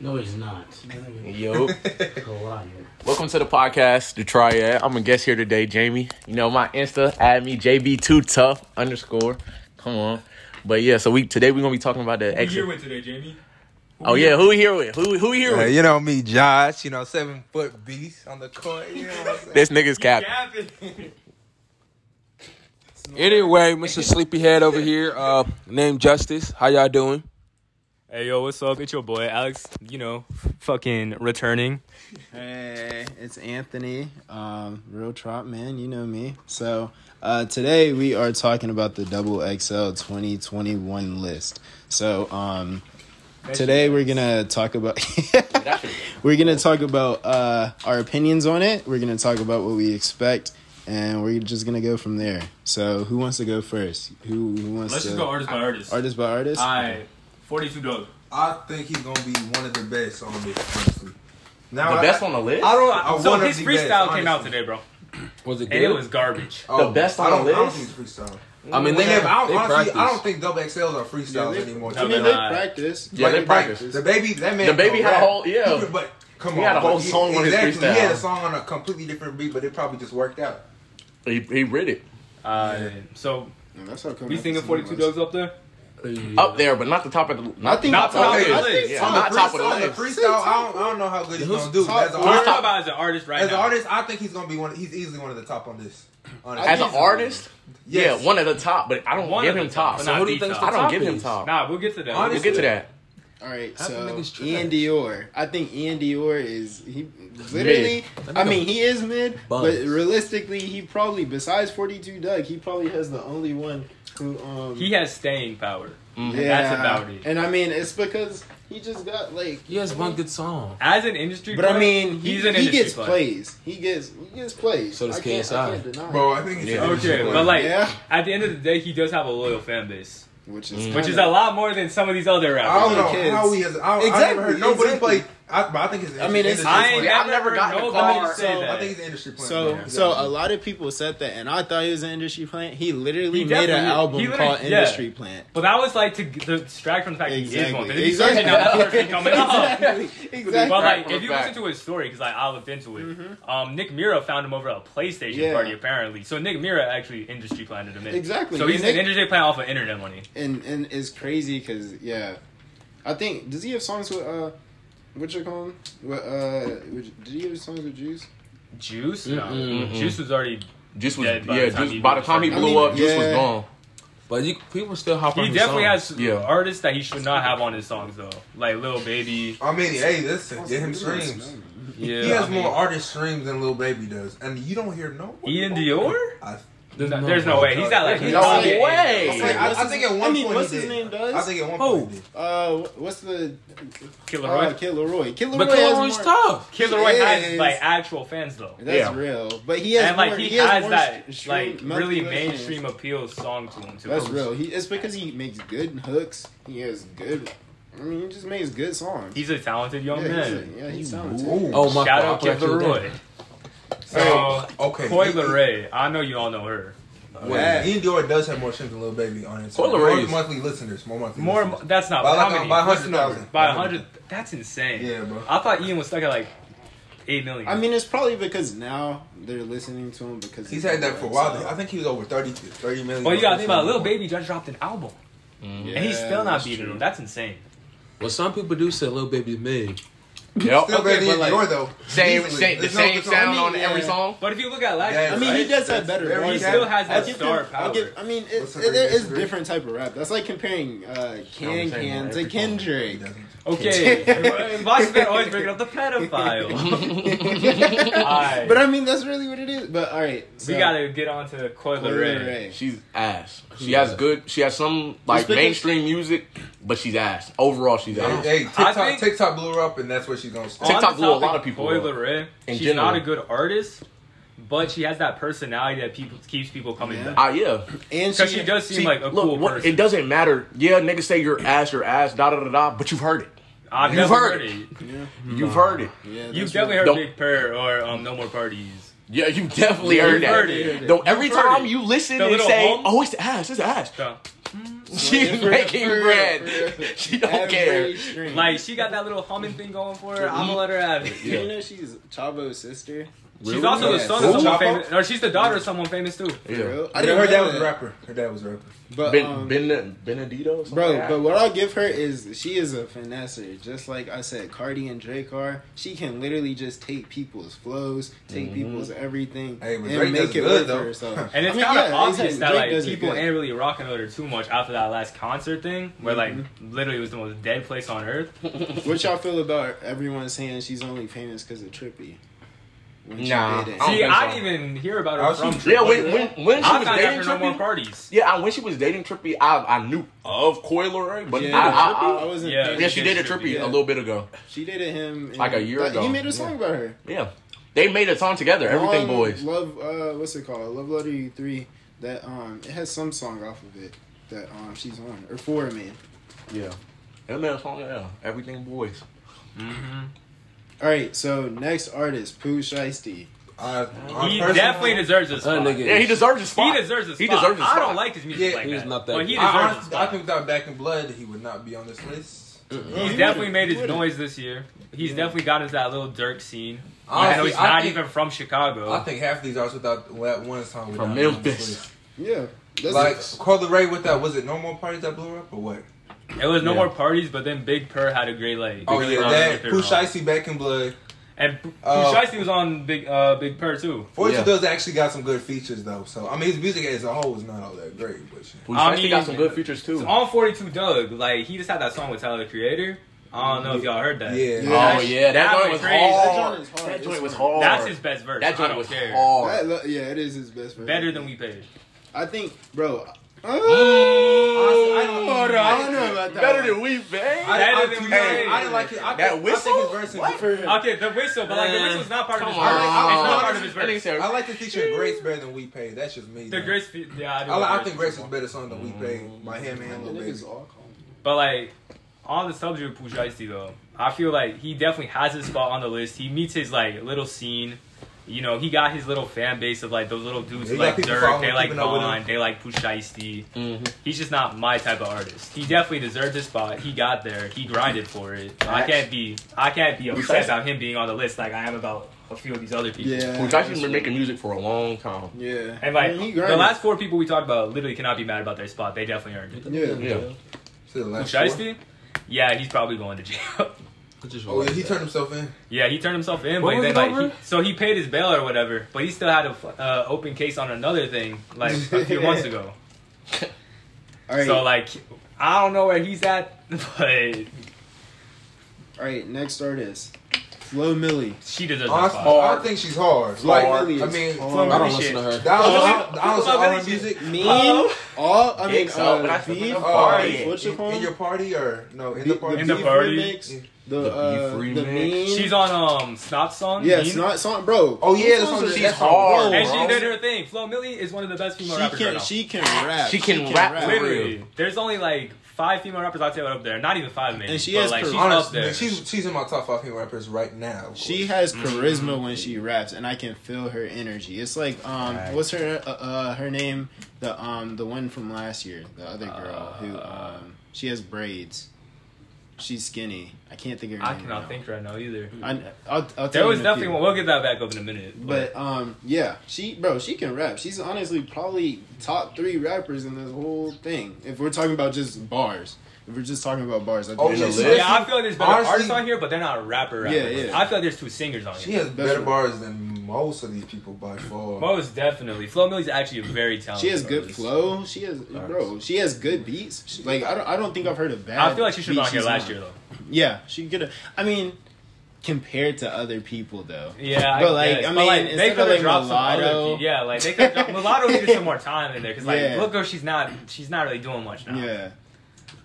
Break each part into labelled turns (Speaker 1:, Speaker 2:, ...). Speaker 1: No, he's not.
Speaker 2: Yo,
Speaker 1: He's a liar.
Speaker 2: welcome to the podcast, the Triad. I'm a guest here today, Jamie. You know my Insta, add me JB2Tough underscore. Come on, but yeah. So we today we're gonna be talking about the
Speaker 3: Who you here
Speaker 2: exit.
Speaker 3: with today, Jamie?
Speaker 2: Oh yeah, who we here with? Who who we here
Speaker 4: Yeah,
Speaker 2: with?
Speaker 4: you know me, Josh. You know, seven foot beast on the court. You know what I'm saying?
Speaker 2: This nigga's cap.
Speaker 3: Gavin.
Speaker 5: Anyway, Mr. Sleepyhead over here, uh, named Justice. How y'all doing?
Speaker 3: Hey yo, what's up? It's your boy Alex. You know, fucking returning.
Speaker 6: Hey, it's Anthony, um, real trot man. You know me. So uh, today we are talking about the Double XL 2021 list. So um, today we're gonna talk about we're gonna talk about uh, our opinions on it. We're gonna talk about what we expect, and we're just gonna go from there. So who wants to go first? Who, who wants
Speaker 3: Let's
Speaker 6: to
Speaker 3: just go artist by artist.
Speaker 6: artist by artist?
Speaker 3: Alright, forty-two dog.
Speaker 4: I think he's gonna be one of the best on this, honestly. Now,
Speaker 2: The best
Speaker 4: I,
Speaker 2: on the list.
Speaker 4: I don't. I
Speaker 3: So
Speaker 4: wanna
Speaker 3: his
Speaker 4: be
Speaker 3: freestyle
Speaker 4: best,
Speaker 3: came out
Speaker 4: honestly.
Speaker 3: today, bro,
Speaker 5: Was it
Speaker 3: and it was garbage.
Speaker 4: Oh,
Speaker 2: The best on
Speaker 4: I don't,
Speaker 2: the
Speaker 4: I don't
Speaker 2: list?
Speaker 4: think it's freestyle.
Speaker 5: I mean, they,
Speaker 4: They have, I
Speaker 5: they
Speaker 4: don't, honestly, I
Speaker 5: practice.
Speaker 4: don't think double XLs are freestyles
Speaker 6: Yeah, they-
Speaker 4: anymore.
Speaker 6: I
Speaker 3: No,
Speaker 6: mean,
Speaker 3: they're
Speaker 6: they
Speaker 3: not.
Speaker 6: practice.
Speaker 2: Yeah, they
Speaker 4: Like,
Speaker 2: practice.
Speaker 4: like, The baby, that man.
Speaker 2: The baby
Speaker 4: can
Speaker 2: had a
Speaker 4: rap.
Speaker 2: whole- yeah.
Speaker 4: You could- But come
Speaker 2: He
Speaker 4: on,
Speaker 2: had a whole
Speaker 4: but he-
Speaker 2: song with his
Speaker 4: exactly, He had a
Speaker 2: freestyle.
Speaker 4: song on a completely different beat, but it probably just worked out.
Speaker 2: He he read it
Speaker 3: Uh, so
Speaker 6: Yeah, that's how come
Speaker 3: we
Speaker 6: that's
Speaker 3: singing
Speaker 6: the
Speaker 3: forty-two
Speaker 6: list.
Speaker 3: dogs up there.
Speaker 2: up there, but not the top of the.
Speaker 6: I
Speaker 2: Not
Speaker 6: think
Speaker 3: Not top of
Speaker 4: okay,
Speaker 3: the
Speaker 4: I
Speaker 3: list.
Speaker 2: yeah,
Speaker 4: on
Speaker 2: not
Speaker 4: the
Speaker 2: top of
Speaker 4: freestyle, on
Speaker 2: the
Speaker 4: the
Speaker 2: list.
Speaker 4: freestyle, I don't, I don't know how good he's
Speaker 6: Who's
Speaker 4: gonna do.
Speaker 6: top-
Speaker 4: As an
Speaker 6: who's
Speaker 3: We're
Speaker 4: artist,
Speaker 3: talking about as an artist right
Speaker 4: as an
Speaker 3: now.
Speaker 4: artist, I think he's gonna be one. He's easily one of the top on this. Honestly.
Speaker 2: As an artist,
Speaker 4: Yes.
Speaker 2: yeah, one at the top, but I don't
Speaker 3: One
Speaker 2: give
Speaker 3: of
Speaker 2: him
Speaker 3: the
Speaker 2: top.
Speaker 3: top, but not
Speaker 2: So who do
Speaker 3: the
Speaker 2: you think's
Speaker 3: top.
Speaker 2: I don't give him
Speaker 6: Please.
Speaker 2: top.
Speaker 3: Nah, we'll get to that.
Speaker 2: We'll
Speaker 4: Honestly,
Speaker 2: get to that.
Speaker 6: All right,
Speaker 5: Half
Speaker 6: so
Speaker 5: them niggas trash.
Speaker 6: Ian Dior. I think Ian Dior is he literally.
Speaker 5: That
Speaker 6: I
Speaker 5: nigga
Speaker 6: mean, he is mid,
Speaker 5: bugs.
Speaker 6: but realistically, he probably besides Forty Two Doug, he probably has the only one who um.
Speaker 3: He has staying power.
Speaker 2: Mhm.
Speaker 6: yeah,
Speaker 3: that's about it.
Speaker 6: And I mean, it's because he just got like.
Speaker 5: He has one good song.
Speaker 3: As an industry,
Speaker 6: But I
Speaker 3: player,
Speaker 6: mean, he,
Speaker 3: he's an
Speaker 6: he
Speaker 3: industry
Speaker 6: gets
Speaker 3: player.
Speaker 6: plays. He gets he gets plays.
Speaker 5: So does
Speaker 6: I can't,
Speaker 5: KSI.
Speaker 6: I can't deny
Speaker 4: bro, I think it's
Speaker 2: Yeah.
Speaker 3: Okay,
Speaker 4: Yeah.
Speaker 3: but like
Speaker 6: Yeah.
Speaker 3: at the end of the day, he does have a loyal fan base,
Speaker 6: it. which
Speaker 5: Mm.
Speaker 6: is
Speaker 3: which is
Speaker 6: kinda-
Speaker 3: a lot more than some of these other
Speaker 4: I
Speaker 3: rappers.
Speaker 4: don't know
Speaker 6: Kids.
Speaker 4: how he has. I, I never
Speaker 6: Exactly,
Speaker 4: heard nobody
Speaker 6: exactly.
Speaker 4: play. I, but I think it's. an
Speaker 6: I mean, it's-
Speaker 4: industry player.
Speaker 3: I ain't
Speaker 2: I've
Speaker 3: never,
Speaker 2: never gotten
Speaker 3: heard
Speaker 2: a
Speaker 3: nobody
Speaker 2: car,
Speaker 3: say
Speaker 6: so
Speaker 3: that.
Speaker 4: I think it's an industry player.
Speaker 6: So,
Speaker 4: Yeah.
Speaker 6: so a lot of people said that, and I thought he was an industry plant. He literally
Speaker 3: He
Speaker 6: made an
Speaker 3: definitely-
Speaker 6: album
Speaker 3: he literally-
Speaker 6: called
Speaker 3: yeah.
Speaker 6: Industry Plant.
Speaker 3: But that was like to g- to distract from the fact that he is one. But if
Speaker 6: Exactly.
Speaker 3: you search it now, that's the first thing coming up.
Speaker 6: Exactly.
Speaker 3: But
Speaker 6: exactly.
Speaker 3: like,
Speaker 2: Right,
Speaker 3: if you
Speaker 2: we're
Speaker 3: listen to his story, because like I looked into it, um, Nick Mira found him over at a PlayStation
Speaker 6: Yeah.
Speaker 3: party apparently. So Nick Mira actually industry planted him in.
Speaker 6: Exactly.
Speaker 3: So he's
Speaker 6: And
Speaker 3: an
Speaker 6: Nick-
Speaker 3: industry plant off of internet money.
Speaker 6: And and it's crazy because yeah, I think does he have songs with uh, what you call him? What uh, with, did he have songs with Juice?
Speaker 3: Juice, no.
Speaker 5: Mm-mm.
Speaker 3: Juice was already.
Speaker 2: Juice was
Speaker 3: Dead by the
Speaker 2: yeah.
Speaker 3: time
Speaker 2: Juice,
Speaker 3: he
Speaker 2: by the
Speaker 3: blew up.
Speaker 2: time he
Speaker 3: I
Speaker 2: blew
Speaker 6: mean,
Speaker 2: up, Juice was
Speaker 6: yeah.
Speaker 2: gone.
Speaker 5: But you, people still hop on
Speaker 3: He
Speaker 5: his
Speaker 3: definitely
Speaker 5: songs.
Speaker 3: has
Speaker 2: Yeah.
Speaker 3: artists that he should not have on his songs though, like Lil Baby.
Speaker 4: I mean, hey, listen, get him streams.
Speaker 3: Yeah,
Speaker 4: He has
Speaker 3: I mean,
Speaker 4: more artist streams than Lil Baby does, and you don't hear no. one.
Speaker 3: Ian Dior?
Speaker 4: I,
Speaker 3: There's no, there's no way. He's not like
Speaker 6: No
Speaker 3: not
Speaker 6: way.
Speaker 3: like-
Speaker 4: I, think- I, I think at one
Speaker 6: I mean,
Speaker 4: point
Speaker 6: what's
Speaker 4: he
Speaker 6: his
Speaker 4: did.
Speaker 6: name does?
Speaker 4: I think at one
Speaker 5: Oh.
Speaker 4: point he did.
Speaker 6: Uh, what's the
Speaker 3: Killer
Speaker 6: uh,
Speaker 3: Roy.
Speaker 6: Kid Leroy? Kid Leroy
Speaker 5: But
Speaker 6: has
Speaker 5: Kilroy's
Speaker 6: more-
Speaker 5: tough.
Speaker 3: Killer Roy has
Speaker 6: Yes.
Speaker 3: like actual fans though.
Speaker 6: That's
Speaker 2: Yeah.
Speaker 6: real, but he has
Speaker 3: and like
Speaker 6: more,
Speaker 3: he,
Speaker 6: has,
Speaker 3: has,
Speaker 6: more
Speaker 3: that
Speaker 6: sh-
Speaker 3: like
Speaker 6: stream-
Speaker 3: really
Speaker 6: monthly listeners.
Speaker 3: mainstream appeal song to him too.
Speaker 6: That's real. He it's because he makes good hooks. He has good. I mean, he just makes good songs.
Speaker 3: He's a talented young
Speaker 6: yeah, he's
Speaker 3: man.
Speaker 6: a- yeah, he sounds.
Speaker 4: Ooh.
Speaker 5: Oh my
Speaker 3: Shout
Speaker 5: god.
Speaker 3: out Killer Roy. So
Speaker 4: Okay.
Speaker 3: Koi
Speaker 4: he-
Speaker 3: Leray, I know you all know her.
Speaker 4: Wait, Ian Dior does have more streams than Lil Baby on his
Speaker 2: Coi
Speaker 4: more
Speaker 2: Leray is-
Speaker 4: monthly listeners, more monthly
Speaker 3: More,
Speaker 4: listeners.
Speaker 3: that's not
Speaker 4: By
Speaker 3: how
Speaker 4: like a-
Speaker 3: many?
Speaker 4: by a
Speaker 3: What's
Speaker 4: hundred
Speaker 3: the number?
Speaker 4: thousand.
Speaker 3: By a hundred. That's insane.
Speaker 4: Yeah, bro.
Speaker 3: I thought Ian was stuck at like eight million.
Speaker 6: I mean, it's probably because now they're listening to him because
Speaker 4: He's had that for a while. I think he was over 30, 30 million.
Speaker 3: well, Oh, you gotta think about it, Lil
Speaker 4: little
Speaker 3: Baby just dropped an album,
Speaker 6: Yeah,
Speaker 3: and he's still not
Speaker 6: that's
Speaker 3: beating
Speaker 6: true.
Speaker 3: him. That's insane.
Speaker 5: Well, some people do say Lil Baby mid.
Speaker 2: Yep.
Speaker 4: Still
Speaker 6: Okay,
Speaker 4: better
Speaker 6: but
Speaker 4: than
Speaker 6: like-
Speaker 4: Dior though.
Speaker 2: Same,
Speaker 4: Easily.
Speaker 2: same, the
Speaker 4: There's no-
Speaker 2: same
Speaker 4: there's no- I
Speaker 2: sound
Speaker 4: mean,
Speaker 2: on every
Speaker 6: yeah.
Speaker 2: song.
Speaker 3: But if you look at last,
Speaker 4: Yeah,
Speaker 6: I
Speaker 3: year,
Speaker 6: mean, he
Speaker 4: Right.
Speaker 6: does have
Speaker 4: That's
Speaker 6: better.
Speaker 4: very
Speaker 6: rap.
Speaker 3: he
Speaker 4: Right.
Speaker 3: still has
Speaker 6: I'll
Speaker 3: that
Speaker 6: give
Speaker 3: star
Speaker 6: them- I'll
Speaker 3: power.
Speaker 6: give- I mean, it's,
Speaker 4: Disagree,
Speaker 6: it, there is
Speaker 4: disagree.
Speaker 6: different type of rap. That's like comparing uh, Can
Speaker 2: I'm saying that
Speaker 6: Can to
Speaker 2: every time.
Speaker 4: He
Speaker 6: Kendrick.
Speaker 4: doesn't.
Speaker 3: Okay, Boss Man always bringing up the pedophile. Alright.
Speaker 6: but I mean, that's really what it is. But all right, so,
Speaker 3: we gotta get on to Coi
Speaker 6: Lil
Speaker 3: Leray.
Speaker 6: Ray.
Speaker 2: She's ass. She has good. She has some like
Speaker 6: because-
Speaker 2: mainstream music, but she's ass. Overall, she's ass.
Speaker 4: Hey, hey, TikTok,
Speaker 3: think-
Speaker 4: TikTok blew her up, and that's where she's gonna stay.
Speaker 2: TikTok
Speaker 3: On the
Speaker 2: blew a lot
Speaker 3: topic
Speaker 2: of people
Speaker 3: Coi
Speaker 2: up.
Speaker 3: Leray,
Speaker 2: In
Speaker 3: she's
Speaker 2: general.
Speaker 3: not a good artist, but she has that personality that people keeps people coming
Speaker 6: Yeah.
Speaker 3: back.
Speaker 2: Ah, yeah.
Speaker 6: And
Speaker 3: Because she does seem
Speaker 2: See,
Speaker 3: like a
Speaker 2: look,
Speaker 3: cool
Speaker 2: what-
Speaker 3: person.
Speaker 2: it doesn't matter. Yeah, niggas say your ass, your ass, da da da da. But you've heard it.
Speaker 3: I've
Speaker 2: You've
Speaker 3: never
Speaker 2: heard
Speaker 3: heard it.
Speaker 6: Yeah,
Speaker 2: You've heard it.
Speaker 6: yeah,
Speaker 3: You've
Speaker 6: that's
Speaker 3: definitely
Speaker 6: real.
Speaker 3: heard
Speaker 2: Don't-
Speaker 3: Big Purr or um, No More Parties.
Speaker 2: Yeah, you definitely
Speaker 3: You've
Speaker 2: heard that.
Speaker 3: heard it.
Speaker 2: Though every
Speaker 3: You've heard
Speaker 2: time
Speaker 3: it.
Speaker 2: you listen
Speaker 3: The
Speaker 2: and
Speaker 3: little
Speaker 2: say,
Speaker 3: hum?
Speaker 2: "Oh, it's the ass, it's the ass,"
Speaker 3: So,
Speaker 2: She's making bread. She don't care.
Speaker 3: Like she got that little humming thing going for her. I'm gonna let her have it.
Speaker 6: you know she's Chavo's sister?
Speaker 3: She's also the
Speaker 6: Yes.
Speaker 3: son of
Speaker 4: Who?
Speaker 3: someone
Speaker 4: Chapo?
Speaker 3: famous, or she's the daughter of someone famous too.
Speaker 2: Yeah.
Speaker 4: I didn't heard that was a rapper. Her dad was a rapper.
Speaker 6: But
Speaker 2: Ben,
Speaker 6: um,
Speaker 2: ben, Benedito? or something
Speaker 6: Bro,
Speaker 2: like that?
Speaker 6: but what I'll give her is she is a finesser. Just like I said, Cardi and Drake are. She can literally just take people's flows, take people's everything,
Speaker 4: Hey, but
Speaker 6: and
Speaker 4: Drake
Speaker 6: make
Speaker 4: does
Speaker 6: it
Speaker 4: good,
Speaker 6: work
Speaker 4: though.
Speaker 6: for herself.
Speaker 3: And it's
Speaker 6: I mean,
Speaker 3: kind of
Speaker 6: yeah,
Speaker 3: obvious
Speaker 6: exactly.
Speaker 3: that
Speaker 6: Drake
Speaker 3: like
Speaker 6: does it
Speaker 3: people
Speaker 6: good.
Speaker 3: ain't really rocking with her too much after that last concert thing, where like literally it was the most dead place on earth.
Speaker 6: What y'all feel about everyone saying she's only famous because of Trippy? When she
Speaker 2: Nah.
Speaker 6: did it.
Speaker 2: I don't
Speaker 3: See,
Speaker 2: think
Speaker 3: I
Speaker 2: so.
Speaker 3: didn't even hear about her
Speaker 4: Oh,
Speaker 3: from.
Speaker 4: she-
Speaker 3: Trippie.
Speaker 2: Yeah, when, when, when she
Speaker 3: I
Speaker 2: was
Speaker 3: found
Speaker 2: dating
Speaker 3: after no more
Speaker 2: Trippy.
Speaker 3: parties.
Speaker 2: yeah, I, when she was dating Trippy, I, I knew of Coiler, but
Speaker 6: Yeah,
Speaker 2: I, I, I,
Speaker 6: I wasn't.
Speaker 3: Yeah.
Speaker 6: paying
Speaker 2: yeah, she
Speaker 6: attention.
Speaker 2: did a Trippy
Speaker 6: yeah.
Speaker 2: a little bit ago.
Speaker 6: She did it him in-
Speaker 2: Like a year
Speaker 6: like,
Speaker 2: ago.
Speaker 6: He made a song about her.
Speaker 2: Yeah, they made a song together. Everything
Speaker 6: Um,
Speaker 2: boys.
Speaker 6: Love, uh, what's it called? Love Letter You Three. That um, it has some song off of it that um she's on or for me.
Speaker 2: Yeah, they made a song. Yeah, everything boys.
Speaker 6: All right, so next artist, Pooh Shiesty.
Speaker 4: I, I
Speaker 3: He
Speaker 4: personally-
Speaker 3: definitely deserves a spot.
Speaker 5: nigga.
Speaker 2: Yeah, he deserves a
Speaker 3: He
Speaker 2: spot.
Speaker 3: deserves a spot.
Speaker 2: He deserves a spot.
Speaker 3: I don't like his music
Speaker 4: Yeah,
Speaker 3: like
Speaker 5: he's
Speaker 3: that.
Speaker 5: not that
Speaker 3: But
Speaker 5: good.
Speaker 3: he
Speaker 4: I,
Speaker 3: deserves a
Speaker 4: honestly- I
Speaker 3: spot.
Speaker 4: think without Back in Blood, he would not be on this list.
Speaker 3: He's
Speaker 6: He
Speaker 3: definitely
Speaker 6: would've-
Speaker 3: made
Speaker 6: he
Speaker 3: his
Speaker 6: would've.
Speaker 3: noise this year. He's definitely got into that little Dirk scene. I know
Speaker 4: Honestly,
Speaker 3: he's not
Speaker 4: think,
Speaker 3: even from Chicago.
Speaker 4: I think half these artists without at one time without
Speaker 2: From
Speaker 4: being on
Speaker 2: Memphis.
Speaker 4: this list.
Speaker 6: Yeah, that's
Speaker 4: Like Carla Ray with that was it No More Parties that blew up or what?
Speaker 3: It was no
Speaker 2: Yeah.
Speaker 3: more parties, but then Big Purr had a great like.
Speaker 4: Oh
Speaker 3: really
Speaker 4: yeah,
Speaker 3: long
Speaker 4: that
Speaker 3: record
Speaker 4: Pooh
Speaker 3: run.
Speaker 4: Shiesty Back in Blood.
Speaker 3: and Pooh
Speaker 4: Uh,
Speaker 3: Shiesty was on Big uh, Big Purr too.
Speaker 4: Fortune
Speaker 2: Yeah.
Speaker 4: does actually got some good features though. So I mean, his music as a whole is not all that great, but shit.
Speaker 2: We
Speaker 3: I
Speaker 2: actually
Speaker 3: mean-
Speaker 2: got some good features too.
Speaker 3: So on Forty Two Doug, like he just had that song with Tyler the Creator. I don't know if y'all heard that.
Speaker 4: Yeah.
Speaker 6: Yeah.
Speaker 2: oh yeah, that,
Speaker 3: That
Speaker 2: joint
Speaker 3: was
Speaker 2: was
Speaker 3: crazy. That
Speaker 2: hard.
Speaker 6: joint is hard.
Speaker 2: That joint
Speaker 6: It's
Speaker 2: was
Speaker 6: hard.
Speaker 2: hard.
Speaker 3: that's his best verse.
Speaker 2: That
Speaker 3: I
Speaker 2: joint
Speaker 3: don't
Speaker 2: was
Speaker 3: care.
Speaker 2: hard.
Speaker 6: That lo- yeah, it is his best version.
Speaker 3: Better than we Mm. paid.
Speaker 6: I think, bro. uh,
Speaker 4: I don't-
Speaker 6: I don't know about that.
Speaker 2: Better
Speaker 6: one.
Speaker 2: than we bang.
Speaker 4: I,
Speaker 3: Better
Speaker 4: I,
Speaker 3: than
Speaker 4: I,
Speaker 3: we
Speaker 4: I,
Speaker 3: made.
Speaker 4: didn't like it. I,
Speaker 2: That
Speaker 4: think- I
Speaker 2: whistle?
Speaker 4: think his verse is
Speaker 6: for him.
Speaker 3: Okay, the whistle, but like the
Speaker 5: Uh,
Speaker 3: whistl's not part of his
Speaker 2: come
Speaker 3: verse.
Speaker 2: on.
Speaker 3: It's not part of his
Speaker 2: That nigga
Speaker 3: verse.
Speaker 2: said-
Speaker 4: I like the feature Grace better than We Pay. That's just me.
Speaker 3: The
Speaker 4: though.
Speaker 3: Grace, yeah, I, do
Speaker 4: I, like,
Speaker 3: like
Speaker 4: I think Grace is a better song than We Pay by him
Speaker 6: Man,
Speaker 4: and
Speaker 6: the
Speaker 4: Lil Baby.
Speaker 6: niggas all calm.
Speaker 3: But like on the subject of Pujaisi though, I feel like he definitely has his spot on the list. He meets his like little scene. You know, he got his little fan base of like those little dudes who
Speaker 4: He got
Speaker 3: like
Speaker 4: people
Speaker 3: Dirk,
Speaker 4: following,
Speaker 3: they like
Speaker 4: keeping up with him.
Speaker 3: Vaughn, they like Pushaisti. He's just not my type of artist. He definitely deserved his spot. He got there. He grinded for it. I can't be I can't be upset about him being on the list like I am about a few of these other people.
Speaker 6: Yeah.
Speaker 2: Which I've been making music for a long time.
Speaker 6: Yeah.
Speaker 3: And like
Speaker 6: I mean, he
Speaker 3: the
Speaker 6: grinded.
Speaker 3: last four people we talked about literally cannot be mad about their spot. They definitely earned it.
Speaker 6: Yeah.
Speaker 2: Yeah.
Speaker 4: To the last four.
Speaker 3: Pushaisti? Yeah, he's probably going to jail.
Speaker 4: Oh yeah, he turned himself in.
Speaker 3: Yeah, he turned himself in,
Speaker 5: What
Speaker 3: but
Speaker 5: was
Speaker 3: then
Speaker 5: it
Speaker 3: like,
Speaker 5: over?
Speaker 3: he, so he paid his bail or whatever, but he still had a fu- uh, open case on another thing like a few months ago.
Speaker 6: All right.
Speaker 3: So like, I don't know where he's at, but
Speaker 6: all right. Next artist, Flo Millie.
Speaker 3: she deserves a
Speaker 4: Honestly,
Speaker 3: spot.
Speaker 4: I
Speaker 2: Hard.
Speaker 4: think she's hard. Like,
Speaker 6: Flo Millie
Speaker 4: I
Speaker 6: is
Speaker 4: mean,
Speaker 6: hard.
Speaker 3: Flo
Speaker 5: I don't
Speaker 3: Holy
Speaker 5: listen to
Speaker 3: shit.
Speaker 5: her.
Speaker 4: that was
Speaker 3: Oh,
Speaker 4: I don't
Speaker 3: Flo
Speaker 4: know
Speaker 3: Millie
Speaker 4: music.
Speaker 6: Mean.
Speaker 3: Uh-oh.
Speaker 6: All I mean,
Speaker 2: Gigs up, but I
Speaker 6: uh,
Speaker 2: still
Speaker 6: beef.
Speaker 2: think I'm
Speaker 4: Oh,
Speaker 2: party.
Speaker 6: Beef, What you
Speaker 4: in, in your
Speaker 6: call
Speaker 4: party or no? In the party.
Speaker 3: in the
Speaker 6: Beef
Speaker 3: party.
Speaker 6: remix, The
Speaker 2: The
Speaker 6: uh,
Speaker 2: beef
Speaker 6: the
Speaker 2: remix.
Speaker 6: mean.
Speaker 3: She's on um Snot Song.
Speaker 6: Yeah,
Speaker 3: Mean.
Speaker 6: it's not song, bro.
Speaker 4: Oh, yeah, that's
Speaker 6: Those
Speaker 4: what
Speaker 6: songs
Speaker 4: I'm
Speaker 6: are-
Speaker 4: saying.
Speaker 2: She's hard.
Speaker 3: and she
Speaker 2: bro.
Speaker 3: did her thing. Flo Millie is one of the best female
Speaker 6: She
Speaker 3: rappers
Speaker 6: can,
Speaker 3: right now.
Speaker 6: she can rap.
Speaker 2: She can rap for real.
Speaker 3: Literally, there's only like five female rappers I'd say are up there. Not even five, maybe.
Speaker 6: And she
Speaker 3: but,
Speaker 6: has
Speaker 3: like,
Speaker 6: career-
Speaker 3: she's up
Speaker 4: Honestly,
Speaker 3: there.
Speaker 4: she's she's in my top five female rappers right now. of
Speaker 6: She has
Speaker 4: course.
Speaker 6: charisma when she raps, and I can feel her energy. It's like um, what's her uh, uh her name? The um the one from last year, the other girl who um she has braids. She's skinny. I can't think of her
Speaker 3: I
Speaker 6: name
Speaker 3: cannot
Speaker 6: right
Speaker 3: think right now either.
Speaker 6: now. I, I'll, I'll
Speaker 3: There
Speaker 6: tell
Speaker 3: was
Speaker 6: you in a
Speaker 3: definitely
Speaker 6: few.
Speaker 3: one. We'll get that back up in a minute.
Speaker 6: But um yeah, she bro she can rap. She's honestly probably top three rappers in this whole thing. If we're talking about just bars, if we're just talking about bars, I think
Speaker 4: Oh,
Speaker 6: she's
Speaker 4: yeah,
Speaker 6: top
Speaker 4: Liz.
Speaker 6: three.
Speaker 3: Yeah, I feel like there's better
Speaker 4: Honestly-
Speaker 3: artists on here, but they're not rapper rappers.
Speaker 6: Yeah, yeah.
Speaker 3: I feel like there's two singers on
Speaker 4: She
Speaker 3: here.
Speaker 4: has better
Speaker 6: right.
Speaker 4: bars than most of these people by far.
Speaker 3: Most definitely. Flo Millie's actually a very talented.
Speaker 6: She has good
Speaker 3: artist.
Speaker 6: flow. She has, bro. She has good beats. She- like I don't, I don't think I've heard a bad.
Speaker 3: I feel like she should have
Speaker 6: beat
Speaker 3: been on here last
Speaker 6: she's on.
Speaker 3: year though.
Speaker 6: Yeah, she could have. I mean, compared to other people though.
Speaker 3: Yeah,
Speaker 6: But,
Speaker 3: I
Speaker 6: like,
Speaker 3: guess.
Speaker 6: I
Speaker 3: but
Speaker 6: mean,
Speaker 3: like
Speaker 6: instead
Speaker 3: they
Speaker 6: of,
Speaker 3: could have
Speaker 6: like,
Speaker 3: dropped some other
Speaker 6: Mulatto-
Speaker 3: people. Yeah, like they could have Mulatto needed some more time in there because like
Speaker 6: Yeah.
Speaker 3: look, she's not she's not really doing much now.
Speaker 6: Yeah.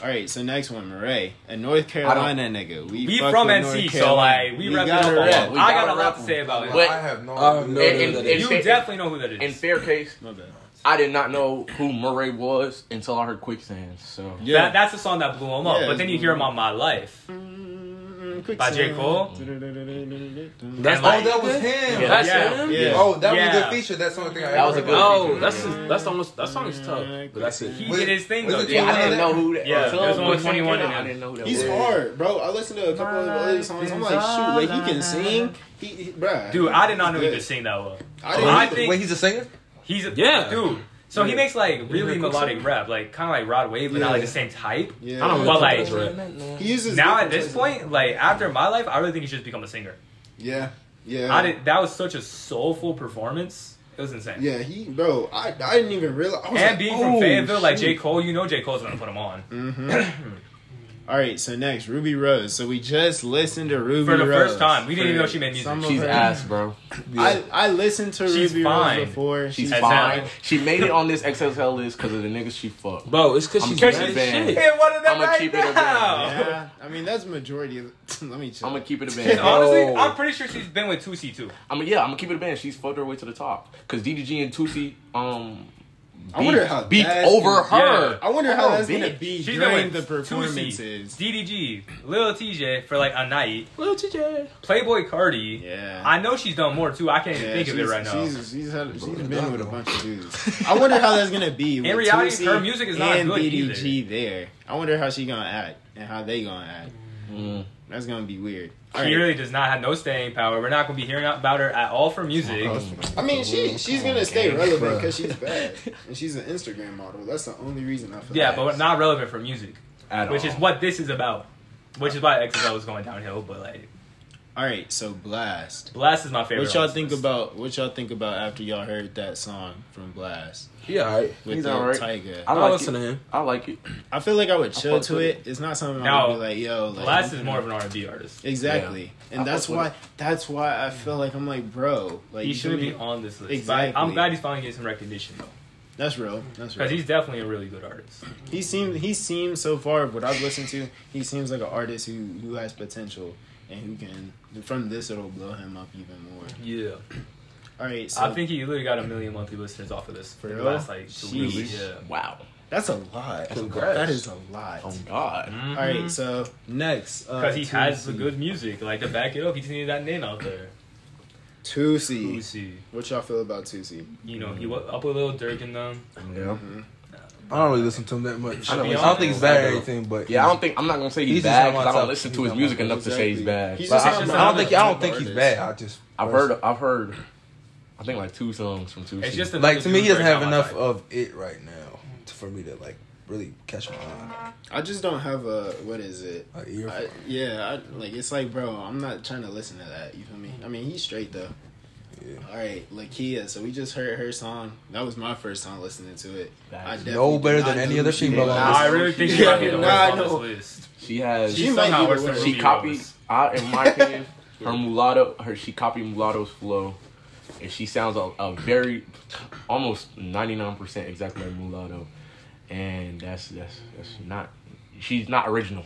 Speaker 6: All right, so next one, Murray, a North Carolina nigga. We,
Speaker 3: We
Speaker 6: fuck
Speaker 3: from
Speaker 6: with
Speaker 3: NC,
Speaker 6: North
Speaker 3: so
Speaker 6: Carolina.
Speaker 3: like we,
Speaker 6: We
Speaker 3: wrap it
Speaker 6: gotta
Speaker 3: up. a
Speaker 6: rep.
Speaker 3: lot.
Speaker 2: We
Speaker 3: I
Speaker 4: gotta
Speaker 3: got a lot
Speaker 4: rap
Speaker 3: to
Speaker 4: them.
Speaker 3: say about it.
Speaker 2: But-
Speaker 4: I have no
Speaker 5: I have no
Speaker 4: idea.
Speaker 5: idea.
Speaker 2: And- and-
Speaker 5: It's
Speaker 3: You
Speaker 2: fair-
Speaker 3: definitely know who that is.
Speaker 2: In fair case,
Speaker 6: My bad.
Speaker 2: I did not know who Murray was until I heard Quicksand. So
Speaker 6: Yeah.
Speaker 3: That, that's the song that blew him up.
Speaker 6: Yeah,
Speaker 3: but then you
Speaker 6: it's-
Speaker 3: hear him on My Life.
Speaker 6: him. Quick
Speaker 3: By J. Cole?
Speaker 6: That's
Speaker 3: That's-
Speaker 5: Mm.
Speaker 2: That's
Speaker 3: Like-
Speaker 4: oh, that was him.
Speaker 2: Yeah, that's
Speaker 3: Yeah.
Speaker 2: him.
Speaker 6: Yeah.
Speaker 4: Oh, that was
Speaker 3: Yeah.
Speaker 4: a good feature. That's the only thing I
Speaker 2: That was
Speaker 4: ever
Speaker 2: a good
Speaker 4: heard.
Speaker 5: Oh,
Speaker 2: feature.
Speaker 5: that's that's almost that song is tough, but that's it.
Speaker 3: He
Speaker 4: Was-
Speaker 3: did his thing
Speaker 4: was
Speaker 3: though.
Speaker 4: it
Speaker 3: Yeah,
Speaker 2: Yeah, I didn't know who.
Speaker 3: Yeah,
Speaker 2: until
Speaker 3: it was only
Speaker 2: when came
Speaker 3: 21
Speaker 2: out,
Speaker 3: and
Speaker 2: I
Speaker 3: out.
Speaker 2: didn't know who that
Speaker 6: He's
Speaker 2: was.
Speaker 6: hard, bro. I listened to a couple of other songs. I'm like, shoot, like he can sing. He, he bruh.
Speaker 3: Dude, I did not know he
Speaker 6: Yeah.
Speaker 3: could sing that well.
Speaker 6: I
Speaker 4: Wait,
Speaker 6: didn't
Speaker 3: I
Speaker 6: either.
Speaker 3: think-
Speaker 4: wait, he's a singer.
Speaker 3: He's a,
Speaker 5: Yeah.
Speaker 3: dude. So he makes like really
Speaker 5: Yeah.
Speaker 3: melodic rap, like kind of like Rod Wave, but not like
Speaker 6: Yeah.
Speaker 3: the same type.
Speaker 6: Yeah.
Speaker 5: I don't
Speaker 3: But,
Speaker 5: know.
Speaker 3: like,
Speaker 5: that's rap.
Speaker 6: He uses
Speaker 3: Now at
Speaker 6: different
Speaker 3: this
Speaker 6: voices.
Speaker 3: point, like after my life, I really think he should become a singer.
Speaker 6: Yeah. Yeah.
Speaker 3: I did. That was such a soulful performance. It was insane.
Speaker 6: Yeah, he, bro. I, I didn't even realize. I was
Speaker 3: And
Speaker 6: like,
Speaker 3: being
Speaker 6: oh,
Speaker 3: from Fayetteville, like
Speaker 6: shoot. Mm-hmm.
Speaker 3: J. Cole, you know J. Cole's gonna put him on.
Speaker 6: All right, so next, Ruby Rose. So we just listened to Ruby
Speaker 3: For the
Speaker 6: Rose.
Speaker 3: first time. We didn't even know she made music.
Speaker 6: Some of
Speaker 2: She's
Speaker 6: her-
Speaker 2: ass, bro.
Speaker 6: I, I listened to
Speaker 3: She's
Speaker 6: Ruby
Speaker 3: fine.
Speaker 6: Rose before.
Speaker 2: She's
Speaker 3: That's
Speaker 2: fine.
Speaker 3: how-
Speaker 2: She made it on this XXL list because of the niggas she fucked.
Speaker 5: Bro, it's cause
Speaker 2: I'm
Speaker 5: she's
Speaker 2: catching
Speaker 5: bad as
Speaker 2: band.
Speaker 5: shit.
Speaker 3: And what is that
Speaker 2: I'ma
Speaker 3: right
Speaker 2: keep it a
Speaker 3: now?
Speaker 6: Yeah, I mean that's majority of. Let me check.
Speaker 2: I'm gonna keep it a band.
Speaker 5: Oh.
Speaker 3: Honestly,
Speaker 5: Yo.
Speaker 3: I'm pretty sure she's been with 2C2.
Speaker 2: I'm yeah, I'm gonna keep it a band. She's fucked her way to the top because DDG and Tusi um beat,
Speaker 6: I wonder how
Speaker 2: beat
Speaker 6: that's
Speaker 2: over
Speaker 6: gonna-
Speaker 2: her.
Speaker 6: I wonder how
Speaker 2: Oh,
Speaker 6: that's gonna
Speaker 2: bitch.
Speaker 6: be
Speaker 3: She's
Speaker 6: during
Speaker 3: been
Speaker 6: the
Speaker 3: with 2C,
Speaker 6: performances.
Speaker 3: DDG, Lil TJ for like a night,
Speaker 5: Lil TJ.
Speaker 3: Playboy Cardi.
Speaker 6: Yeah.
Speaker 3: I know she's done more too. I can't even
Speaker 6: Yeah,
Speaker 3: think of it
Speaker 6: she's-
Speaker 3: right now.
Speaker 6: She's, she's, had, she's been with a bunch of dudes. I wonder how that's gonna be. with
Speaker 3: reality,
Speaker 6: 2C
Speaker 3: her music is not
Speaker 6: and
Speaker 3: good either.
Speaker 6: BDG there. I wonder how she gonna act and how they gonna act.
Speaker 2: Mm,
Speaker 6: That's gonna be weird. All
Speaker 3: She
Speaker 6: right.
Speaker 3: really does not have no staying power. We're not gonna be hearing about her at all for music.
Speaker 6: I mean, she she's gonna stay relevant because she's bad and she's an Instagram model. That's the only reason I feel.
Speaker 3: yeah,
Speaker 6: like.
Speaker 3: but not relevant for music,
Speaker 2: At
Speaker 3: which
Speaker 2: all.
Speaker 3: is what this is about. Which is why XFL was going downhill. But like,
Speaker 6: all right. So blast.
Speaker 3: Blast is my favorite.
Speaker 6: What y'all
Speaker 3: on this
Speaker 6: think
Speaker 3: list.
Speaker 6: about? What y'all think about after y'all heard that song from Blast
Speaker 5: Yeah, alright.
Speaker 6: with
Speaker 2: He's
Speaker 6: the
Speaker 2: alright.
Speaker 6: Tyga?
Speaker 2: I
Speaker 5: I
Speaker 2: like
Speaker 5: listen
Speaker 2: it.
Speaker 5: to him.
Speaker 2: I like it.
Speaker 6: I feel like I would chill
Speaker 2: fucks
Speaker 6: to
Speaker 2: with
Speaker 6: it. It's not something I
Speaker 3: No.
Speaker 6: would be like, yo. Like,
Speaker 3: Blast is more of an R and B artist.
Speaker 6: Exactly,
Speaker 2: I
Speaker 6: and that's
Speaker 2: fucks with
Speaker 6: why.
Speaker 2: it.
Speaker 6: That's why I feel like I'm like, bro. Like
Speaker 3: He
Speaker 6: you
Speaker 3: should be
Speaker 6: shouldn't.
Speaker 3: on this list.
Speaker 6: Exactly.
Speaker 3: I'm glad he's finally getting some recognition though,
Speaker 6: That's real. That's real.
Speaker 3: because he's definitely a really good artist.
Speaker 6: He seems he seems so far of what I've listened to, he seems like an artist who who has potential and who can from this it'll blow him up even more.
Speaker 3: Yeah,
Speaker 6: All right, so
Speaker 3: I think he literally got a million monthly listeners off of this for the
Speaker 6: real?
Speaker 3: last like two
Speaker 6: Jeez.
Speaker 3: weeks. Yeah.
Speaker 2: Wow.
Speaker 6: that's a lot.
Speaker 5: Congrats.
Speaker 6: That is a lot.
Speaker 2: Oh God.
Speaker 6: All right, so next
Speaker 3: Because he has the good music, like to back it up. He just needed that name out there.
Speaker 6: Tusi.
Speaker 3: Lucy,
Speaker 6: What y'all feel about Tusi?
Speaker 3: you know, he wa- up with Lil Durk in them.
Speaker 4: Yeah. I don't really listen to him that much.
Speaker 2: I
Speaker 4: I
Speaker 2: don't
Speaker 4: don't,
Speaker 2: listen to
Speaker 4: think he's
Speaker 2: him.
Speaker 4: bad or anything, but
Speaker 2: Yeah, I don't think I'm not gonna say he's,
Speaker 4: He's just
Speaker 2: bad
Speaker 4: on my
Speaker 2: because I don't
Speaker 4: top.
Speaker 2: listen to
Speaker 4: He's
Speaker 2: his
Speaker 4: on my
Speaker 2: music
Speaker 4: top.
Speaker 2: enough to say he's bad.
Speaker 6: He's
Speaker 4: But
Speaker 6: just
Speaker 4: I,
Speaker 6: a
Speaker 4: I
Speaker 6: top
Speaker 4: don't think I don't think
Speaker 6: artist.
Speaker 4: he's bad. I just
Speaker 2: I've heard I've heard I think like two songs from two.
Speaker 3: It's just another
Speaker 4: like to me
Speaker 3: dude
Speaker 4: he doesn't
Speaker 3: right
Speaker 4: have
Speaker 3: now, my
Speaker 4: enough
Speaker 3: type.
Speaker 4: of it right now to, for me to like really catch my eye.
Speaker 6: I just don't have a what is it?
Speaker 4: Like, ear for
Speaker 6: I,
Speaker 4: it.
Speaker 6: yeah, I, like it's like, bro, I'm not trying to listen to that. You feel me? I mean, he's straight though.
Speaker 4: Yeah.
Speaker 6: All right, Lakia. So we just heard her song. That was my first time listening to it.
Speaker 2: That
Speaker 6: I
Speaker 2: is
Speaker 6: definitely
Speaker 4: no
Speaker 6: did
Speaker 4: better
Speaker 6: not
Speaker 4: than any
Speaker 6: know
Speaker 4: other
Speaker 6: who she
Speaker 4: female
Speaker 6: was.
Speaker 4: on
Speaker 3: Nah, I really think she might be the
Speaker 6: Yeah,
Speaker 3: worst
Speaker 6: nah, I
Speaker 3: on this
Speaker 6: know.
Speaker 3: list.
Speaker 2: she has
Speaker 3: She
Speaker 6: She might
Speaker 3: somehow
Speaker 6: be
Speaker 3: worse
Speaker 6: the
Speaker 3: than
Speaker 6: worst.
Speaker 2: she
Speaker 3: Ruby
Speaker 2: copied
Speaker 3: Rose.
Speaker 2: I in my opinion her mulatto her she copied mulatto's flow and she sounds a, a very almost 99% exactly like mulatto and that's that's that's not she's not original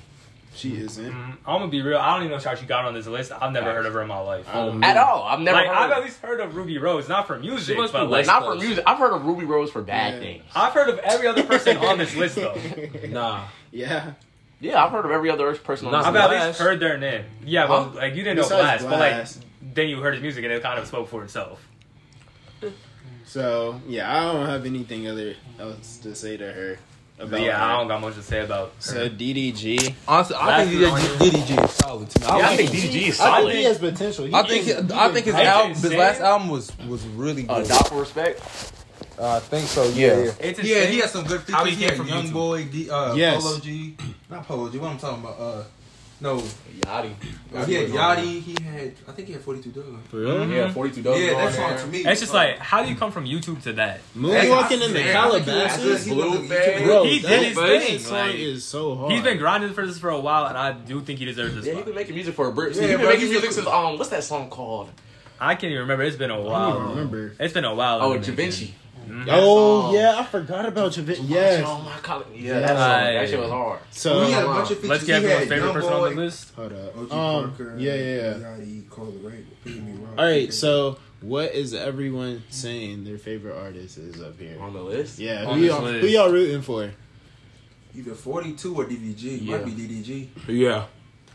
Speaker 6: She isn't.
Speaker 3: Mm, I'm gonna be real. I don't even know how she got on this list. I've never heard of her in my life.
Speaker 6: Um,
Speaker 2: at all I've never
Speaker 3: like
Speaker 2: heard
Speaker 3: I've
Speaker 2: of
Speaker 3: at least heard of Ruby Rose, not for music,
Speaker 5: must
Speaker 3: but
Speaker 5: be
Speaker 3: like
Speaker 5: white.
Speaker 2: not for music I've heard of Ruby Rose for bad
Speaker 6: Yeah.
Speaker 2: things
Speaker 3: I've heard of every other person on this list though.
Speaker 5: Nah.
Speaker 6: Yeah.
Speaker 2: yeah I've heard of every other person on
Speaker 5: Nah,
Speaker 2: this
Speaker 3: I've
Speaker 2: list.
Speaker 3: at
Speaker 5: Blast.
Speaker 3: least heard their name. Yeah,
Speaker 2: Huh?
Speaker 3: but like you didn't know
Speaker 6: Besides
Speaker 3: Blast,
Speaker 6: Blast.
Speaker 3: but like then you heard his music and it kind of spoke for itself.
Speaker 6: So yeah, I don't have anything other else to say to her about.
Speaker 3: But yeah, I
Speaker 6: her.
Speaker 3: don't got much to say about. her.
Speaker 6: So DDG.
Speaker 4: Honestly, I
Speaker 3: Last
Speaker 4: think
Speaker 3: one.
Speaker 4: DDG DDG is solid to me. I,
Speaker 2: yeah, I
Speaker 4: like-
Speaker 2: think DDG is
Speaker 6: I think he
Speaker 2: solid
Speaker 6: has potential. He
Speaker 4: I think
Speaker 6: is-
Speaker 4: I think his
Speaker 3: I think
Speaker 4: album, his
Speaker 3: Sam-
Speaker 4: last album was was really
Speaker 2: uh,
Speaker 4: good.
Speaker 2: Doc for respect
Speaker 4: Uh, I think so.
Speaker 2: Yeah.
Speaker 3: It's
Speaker 1: Yeah,
Speaker 3: insane.
Speaker 1: he has some good
Speaker 3: How he
Speaker 1: features. He
Speaker 3: came
Speaker 1: had
Speaker 3: from
Speaker 1: Young
Speaker 3: YouTube.
Speaker 1: Boy, D, uh,
Speaker 6: Yes.
Speaker 1: Polo G, not Polo G. What I'm talking about? Uh, no,
Speaker 2: Yachty
Speaker 1: uh, he had Yachty. He had, I think he had 42 Doug.
Speaker 2: Mm-hmm. yeah 42 Dough
Speaker 1: Yeah, that song to me.
Speaker 3: It's just like how do you come from YouTube to that?
Speaker 6: Moonwalking in the
Speaker 1: Yeah,
Speaker 6: Calabasas.
Speaker 1: he was a
Speaker 2: Blue
Speaker 1: YouTuber.
Speaker 2: Bay.
Speaker 6: Bro,
Speaker 3: He
Speaker 6: that,
Speaker 3: did his
Speaker 6: that
Speaker 3: thing,
Speaker 6: song
Speaker 3: like-
Speaker 6: is so hard.
Speaker 3: He's been grinding for this for a while, and I do think he deserves this.
Speaker 2: yeah, he's
Speaker 3: spot.
Speaker 2: been making music for a Brit. he's
Speaker 1: Yeah,
Speaker 2: been
Speaker 1: bro,
Speaker 2: making
Speaker 1: he's
Speaker 2: music
Speaker 1: a-
Speaker 2: since um, what's that song called?
Speaker 3: I can't even remember. It's been a
Speaker 6: I
Speaker 3: while.
Speaker 6: don't even remember.
Speaker 3: It's been a while.
Speaker 2: Oh,
Speaker 3: I've been
Speaker 2: Javinci.
Speaker 3: making- Mhm.
Speaker 6: Oh
Speaker 2: song.
Speaker 6: yeah, I forgot about your video.
Speaker 2: Oh
Speaker 6: Yes.
Speaker 2: my god. Yeah,
Speaker 6: Yeah.
Speaker 2: that, song, that
Speaker 3: Right.
Speaker 2: shit was hard.
Speaker 6: So
Speaker 1: he had a bunch of features.
Speaker 3: Let's get
Speaker 1: he
Speaker 3: everyone's
Speaker 1: had
Speaker 3: favorite
Speaker 1: Young
Speaker 3: person
Speaker 1: Boy,
Speaker 3: on the list.
Speaker 6: hold up.
Speaker 4: OG
Speaker 6: Um,
Speaker 4: Parker,
Speaker 6: yeah, yeah, yeah.
Speaker 4: Yachty, Cole the Great, Pete Me Rock.
Speaker 6: All right. So what is everyone saying their favorite artist is up here?
Speaker 2: On the list?
Speaker 6: Yeah.
Speaker 3: On
Speaker 6: Who
Speaker 3: this
Speaker 6: y'all, who
Speaker 3: list.
Speaker 6: y'all rooting for?
Speaker 1: either 42 or DDG.
Speaker 2: Yeah.
Speaker 1: Might be DDG.
Speaker 5: Yeah.